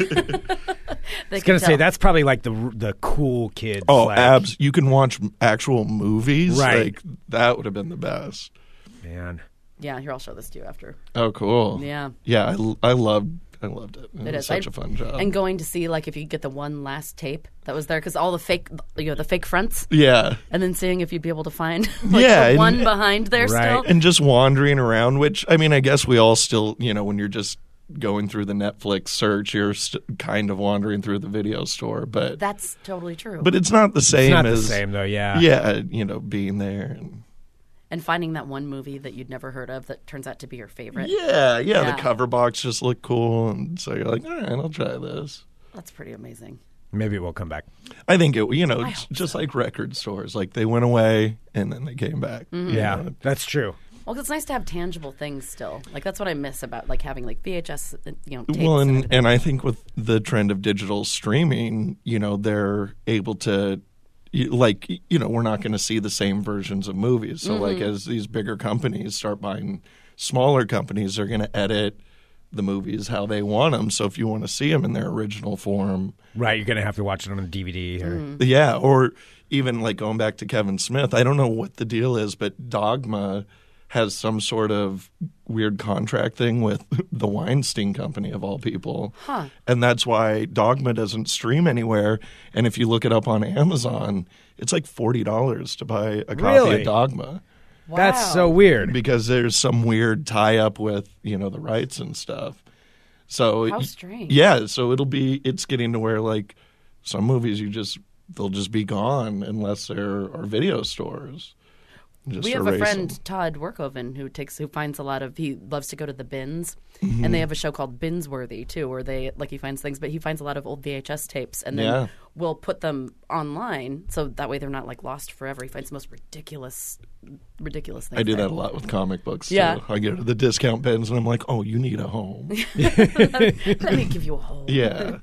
[SPEAKER 2] They
[SPEAKER 1] I was gonna say that's probably like the the cool kids.
[SPEAKER 3] oh,
[SPEAKER 1] like,
[SPEAKER 3] abs! You can watch m- actual movies.
[SPEAKER 1] Right.
[SPEAKER 3] Like that would have been the best.
[SPEAKER 1] man.
[SPEAKER 2] Yeah, here, I'll show this to you after.
[SPEAKER 3] Oh, cool.
[SPEAKER 2] Yeah.
[SPEAKER 3] Yeah, I, l- I loved I loved it. It,
[SPEAKER 2] It
[SPEAKER 3] was
[SPEAKER 2] is.
[SPEAKER 3] such
[SPEAKER 2] I-
[SPEAKER 3] a fun job.
[SPEAKER 2] And going to see like if you could get the one last tape that was there because all the fake, you know, the fake fronts,
[SPEAKER 3] yeah.
[SPEAKER 2] and then seeing if you'd be able to find *laughs* like,
[SPEAKER 3] Yeah,
[SPEAKER 2] the
[SPEAKER 3] and-
[SPEAKER 2] one behind there
[SPEAKER 1] Right.
[SPEAKER 2] still.
[SPEAKER 3] and just wandering around which i mean i guess we all still you know when you're just going through the netflix search you're st- kind of wandering through the video store but
[SPEAKER 2] That's totally true.
[SPEAKER 3] but it's not the same
[SPEAKER 1] It's not the
[SPEAKER 3] as
[SPEAKER 1] same though. Yeah.
[SPEAKER 3] yeah you know being there and
[SPEAKER 2] and finding that one movie that you'd never heard of that turns out to be your favorite.
[SPEAKER 3] yeah, yeah
[SPEAKER 2] Yeah.
[SPEAKER 3] the cover box just looked cool and so you're like all right i'll try this
[SPEAKER 2] That's pretty amazing.
[SPEAKER 1] Maybe it will come back.
[SPEAKER 3] i think it you know
[SPEAKER 2] Hmm.
[SPEAKER 3] it's just like record stores like they went away and then they came back you
[SPEAKER 1] Yeah,
[SPEAKER 3] know.
[SPEAKER 1] that's true.
[SPEAKER 2] Well, 'cause it's nice to have tangible things still. Like that's what I miss about like having like VHS, uh, you know. Tapes
[SPEAKER 3] well,
[SPEAKER 2] and
[SPEAKER 3] and,
[SPEAKER 2] everything.
[SPEAKER 3] and I think with the trend of digital streaming, you know, they're able to, y- like, y- you know, we're not going to see the same versions of movies. So, like, as these bigger companies start buying smaller companies, they're going to edit the movies how they want them. So, if you want to see them in their original form,
[SPEAKER 1] Right, you're gonna have to watch it on a DVD. Or,
[SPEAKER 2] Hmm. Mm-hmm.
[SPEAKER 3] yeah, or even like going back to Kevin Smith, I don't know what the deal is, but Dogma has some sort of weird contract thing with *laughs* the Weinstein Company of all people.
[SPEAKER 2] Huh.
[SPEAKER 3] And that's why Dogma doesn't stream anywhere. And if you look it up on Amazon, it's like $40 to buy a copy
[SPEAKER 1] Really?
[SPEAKER 3] of Dogma
[SPEAKER 1] That's
[SPEAKER 2] Wow.
[SPEAKER 1] so weird.
[SPEAKER 3] because there's some weird tie up with, you know, the rights and stuff. So
[SPEAKER 2] How
[SPEAKER 3] y-
[SPEAKER 2] strange.
[SPEAKER 3] *laughs* yeah, so it'll be it's getting to where like some movies you just they'll just be gone unless there are video stores. Just
[SPEAKER 2] we have a
[SPEAKER 3] erase
[SPEAKER 2] friend
[SPEAKER 3] them.
[SPEAKER 2] Todd Workoven who takes who finds a lot of he loves to go to the bins,
[SPEAKER 3] Mm-hmm.
[SPEAKER 2] and they have a show called Binsworthy too, where they like he finds things, but he finds a lot of old VHS tapes, and then
[SPEAKER 3] Yeah.
[SPEAKER 2] we'll put them online so that way they're not like lost forever. He finds the most ridiculous, ridiculous things.
[SPEAKER 3] I do
[SPEAKER 2] there.
[SPEAKER 3] that a lot with comic books.
[SPEAKER 2] Yeah.
[SPEAKER 3] too. I go to the discount bins and I'm like, oh, you need
[SPEAKER 2] *laughs*
[SPEAKER 3] a home.
[SPEAKER 2] *laughs* Let me give you a whole. *laughs*
[SPEAKER 3] yeah,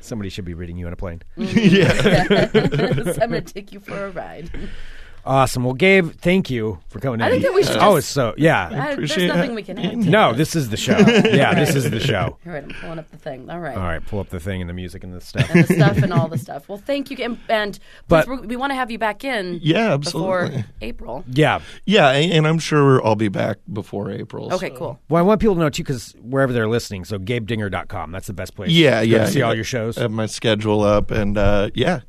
[SPEAKER 1] Somebody should be reading you on a plane.
[SPEAKER 3] yeah.
[SPEAKER 2] I'm gonna take you for a ride. *laughs*
[SPEAKER 1] Awesome. Well, Gabe, thank you for coming in.
[SPEAKER 2] I think that we should
[SPEAKER 1] Oh,
[SPEAKER 2] just-
[SPEAKER 1] it's so yeah.
[SPEAKER 2] I, there's
[SPEAKER 3] appreciate
[SPEAKER 2] nothing
[SPEAKER 3] that.
[SPEAKER 2] we can add. To.
[SPEAKER 1] No, this is the
[SPEAKER 2] *laughs*
[SPEAKER 1] show. Yeah, this is the show.
[SPEAKER 2] All right, I'm pulling up the thing. All right.
[SPEAKER 1] All right, pull up the thing and the music and the
[SPEAKER 2] *laughs*
[SPEAKER 1] stuff.
[SPEAKER 2] And the stuff and all the stuff. Well, thank you, and, and
[SPEAKER 1] But-
[SPEAKER 2] but we want to have you back in.
[SPEAKER 3] Yeah,
[SPEAKER 2] Before
[SPEAKER 3] absolutely. *laughs*
[SPEAKER 2] April.
[SPEAKER 1] Yeah.
[SPEAKER 3] Yeah, a- and I'm sure I'll be back before April.
[SPEAKER 2] Okay,
[SPEAKER 3] so-
[SPEAKER 2] cool.
[SPEAKER 1] Well, I want people to know too, because wherever they're listening, so GabeDinger.com. That's the best place.
[SPEAKER 3] Yeah,
[SPEAKER 1] to go
[SPEAKER 3] yeah.
[SPEAKER 1] To see
[SPEAKER 3] yeah.
[SPEAKER 1] all your shows.
[SPEAKER 3] I have my schedule up, and uh, yeah,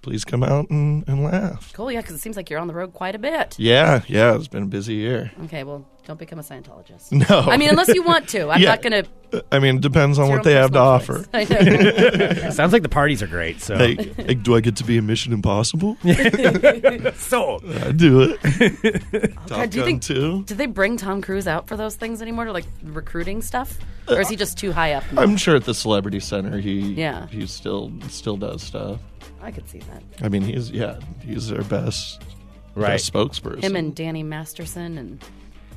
[SPEAKER 3] please come out and, and laugh.
[SPEAKER 2] Cool, yeah, because it seems like you're on the road quite a bit.
[SPEAKER 3] Yeah, yeah. It's been a busy year. *laughs*
[SPEAKER 2] Okay, well, don't become a Scientologist.
[SPEAKER 3] No,
[SPEAKER 2] I mean, unless you want to. I'm
[SPEAKER 3] Yeah.
[SPEAKER 2] not going to.
[SPEAKER 3] I mean, it depends on what they have to offer.
[SPEAKER 2] I *laughs* know.
[SPEAKER 1] Sounds like the parties are great. So
[SPEAKER 3] Like, like, do I get to be in Mission Impossible?
[SPEAKER 1] sold.
[SPEAKER 3] I do *laughs* it. Top
[SPEAKER 2] God, do you
[SPEAKER 3] Gun
[SPEAKER 2] think-
[SPEAKER 3] 2.
[SPEAKER 2] Do they bring Tom Cruise out for those things anymore, to like recruiting stuff? Or is he just too high up?
[SPEAKER 3] I'm sure at the Celebrity Center, he
[SPEAKER 2] Yeah.
[SPEAKER 3] he still still does stuff.
[SPEAKER 2] I could see that.
[SPEAKER 3] I mean, he's yeah, he's their best
[SPEAKER 1] Right.
[SPEAKER 3] best spokesperson.
[SPEAKER 2] Him and Danny Masterson and.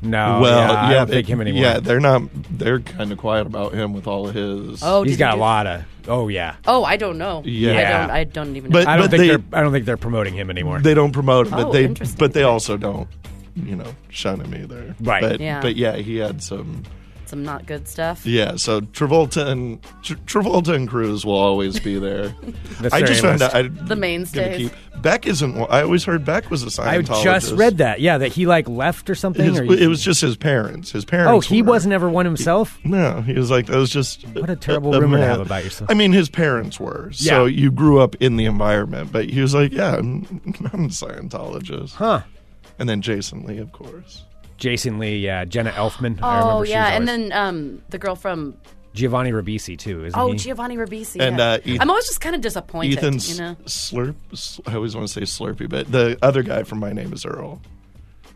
[SPEAKER 1] No.
[SPEAKER 3] well,
[SPEAKER 1] Oh, yeah,
[SPEAKER 3] yeah,
[SPEAKER 1] I don't
[SPEAKER 3] they-
[SPEAKER 1] think him anymore.
[SPEAKER 3] Yeah, they're not. They're kind of quiet about him with all of his.
[SPEAKER 2] Oh,
[SPEAKER 1] He's
[SPEAKER 2] did you
[SPEAKER 1] got a
[SPEAKER 2] do-
[SPEAKER 1] lot of. Oh yeah.
[SPEAKER 2] Oh, I don't know.
[SPEAKER 3] Yeah.
[SPEAKER 2] I don't, I don't even
[SPEAKER 3] But-
[SPEAKER 2] know.
[SPEAKER 1] I don't
[SPEAKER 3] but
[SPEAKER 1] think
[SPEAKER 3] they-
[SPEAKER 1] are I don't think they're promoting him anymore.
[SPEAKER 3] They don't promote him, but
[SPEAKER 2] Oh,
[SPEAKER 3] they
[SPEAKER 2] interesting.
[SPEAKER 3] but they also don't, you know, shun him either.
[SPEAKER 1] Right.
[SPEAKER 3] But
[SPEAKER 2] Yeah.
[SPEAKER 3] but yeah, he had some.
[SPEAKER 2] Some not good stuff.
[SPEAKER 3] Yeah, so Travolta and Tr- Travolta and Cruz will always
[SPEAKER 1] *laughs*
[SPEAKER 3] be there.
[SPEAKER 1] That's
[SPEAKER 3] I
[SPEAKER 1] their
[SPEAKER 3] just
[SPEAKER 1] aim
[SPEAKER 3] found
[SPEAKER 1] list.
[SPEAKER 3] out I,
[SPEAKER 2] The mainstays.
[SPEAKER 3] Beck isn't. one- I always heard Beck was a
[SPEAKER 1] I
[SPEAKER 3] Scientologist.
[SPEAKER 1] just read that. Yeah, that he like left or something.
[SPEAKER 3] His,
[SPEAKER 1] or he-
[SPEAKER 3] it was just his parents. His parents.
[SPEAKER 1] oh, he
[SPEAKER 3] were.
[SPEAKER 1] wasn't ever one himself.
[SPEAKER 3] No, he was like that was just
[SPEAKER 1] What a terrible rumor to have about yourself.
[SPEAKER 3] I mean, his parents were. So
[SPEAKER 1] Yeah.
[SPEAKER 3] you grew up in the environment, but he was like, yeah, I'm, *laughs* I'm a Scientologist.
[SPEAKER 1] Huh.
[SPEAKER 3] And then Jason Lee, of course.
[SPEAKER 1] Jason Lee, yeah, Jenna Elfman. I
[SPEAKER 2] Oh,
[SPEAKER 1] remember she was
[SPEAKER 2] yeah. And
[SPEAKER 1] always-
[SPEAKER 2] then um, the girl from.
[SPEAKER 1] Giovanni Ribisi too, isn't
[SPEAKER 2] Oh,
[SPEAKER 1] he?
[SPEAKER 2] Giovanni Ribisi.
[SPEAKER 3] Mm-hmm. And,
[SPEAKER 2] yeah.
[SPEAKER 3] uh, Eth-
[SPEAKER 2] I'm always just kind of disappointed.
[SPEAKER 3] Ethan's
[SPEAKER 2] you know?
[SPEAKER 3] Slurp. s- I always want to say Slurpy, but the other guy from My Name Is Earl.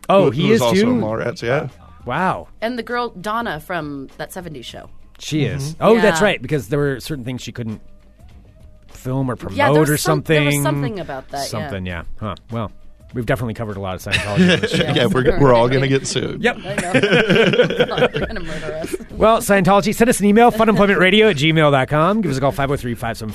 [SPEAKER 1] oh,
[SPEAKER 3] who-
[SPEAKER 1] he
[SPEAKER 3] who was
[SPEAKER 1] is
[SPEAKER 3] also in
[SPEAKER 1] too.
[SPEAKER 3] Mallrats. Yeah.
[SPEAKER 1] Wow,
[SPEAKER 2] And the girl, Donna, from that 70s show.
[SPEAKER 1] she is. Oh, that's
[SPEAKER 2] Yeah.
[SPEAKER 1] right, because there were certain things she couldn't film or promote
[SPEAKER 2] Yeah, there was
[SPEAKER 1] or
[SPEAKER 2] some-
[SPEAKER 1] something.
[SPEAKER 2] there was something about that, yeah.
[SPEAKER 1] Something, yeah. Huh. Well, we've definitely covered a lot of Scientology. on this
[SPEAKER 3] *laughs*
[SPEAKER 1] show.
[SPEAKER 2] Yeah.
[SPEAKER 3] yeah, we're, we're all gonna get sued.
[SPEAKER 1] Yep.
[SPEAKER 2] *laughs* I know. They're going to murder us.
[SPEAKER 1] Well, Scientology, send us an email, funemploymentradio at gmail.com. Give us a call,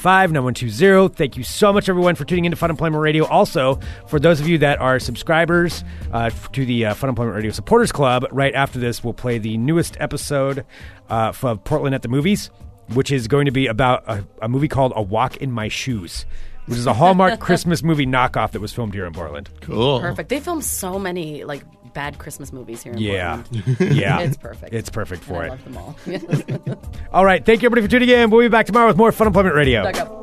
[SPEAKER 1] 503-575-9120. Thank you so much, everyone, for tuning in to Fun Employment Radio. Also, for those of you that are subscribers uh, f- to the uh, Fun Employment Radio Supporters Club, right after this, we'll play the newest episode uh, f- of Portland at the Movies, which is going to be about a, a movie called A Walk in My Shoes, which is a Hallmark
[SPEAKER 2] *laughs*
[SPEAKER 1] Christmas movie knockoff that was filmed here in Portland.
[SPEAKER 3] Cool.
[SPEAKER 2] *laughs* Perfect. They film so many, like, bad Christmas movies here in
[SPEAKER 1] Yeah.
[SPEAKER 2] Portland. *laughs*
[SPEAKER 1] Yeah.
[SPEAKER 2] It's perfect.
[SPEAKER 1] It's perfect
[SPEAKER 2] And
[SPEAKER 1] for
[SPEAKER 2] I
[SPEAKER 1] it.
[SPEAKER 2] love them all. *laughs*
[SPEAKER 1] All right. Thank you, everybody, for tuning in. We'll be back tomorrow with more Fun Employment Radio.
[SPEAKER 2] Back up.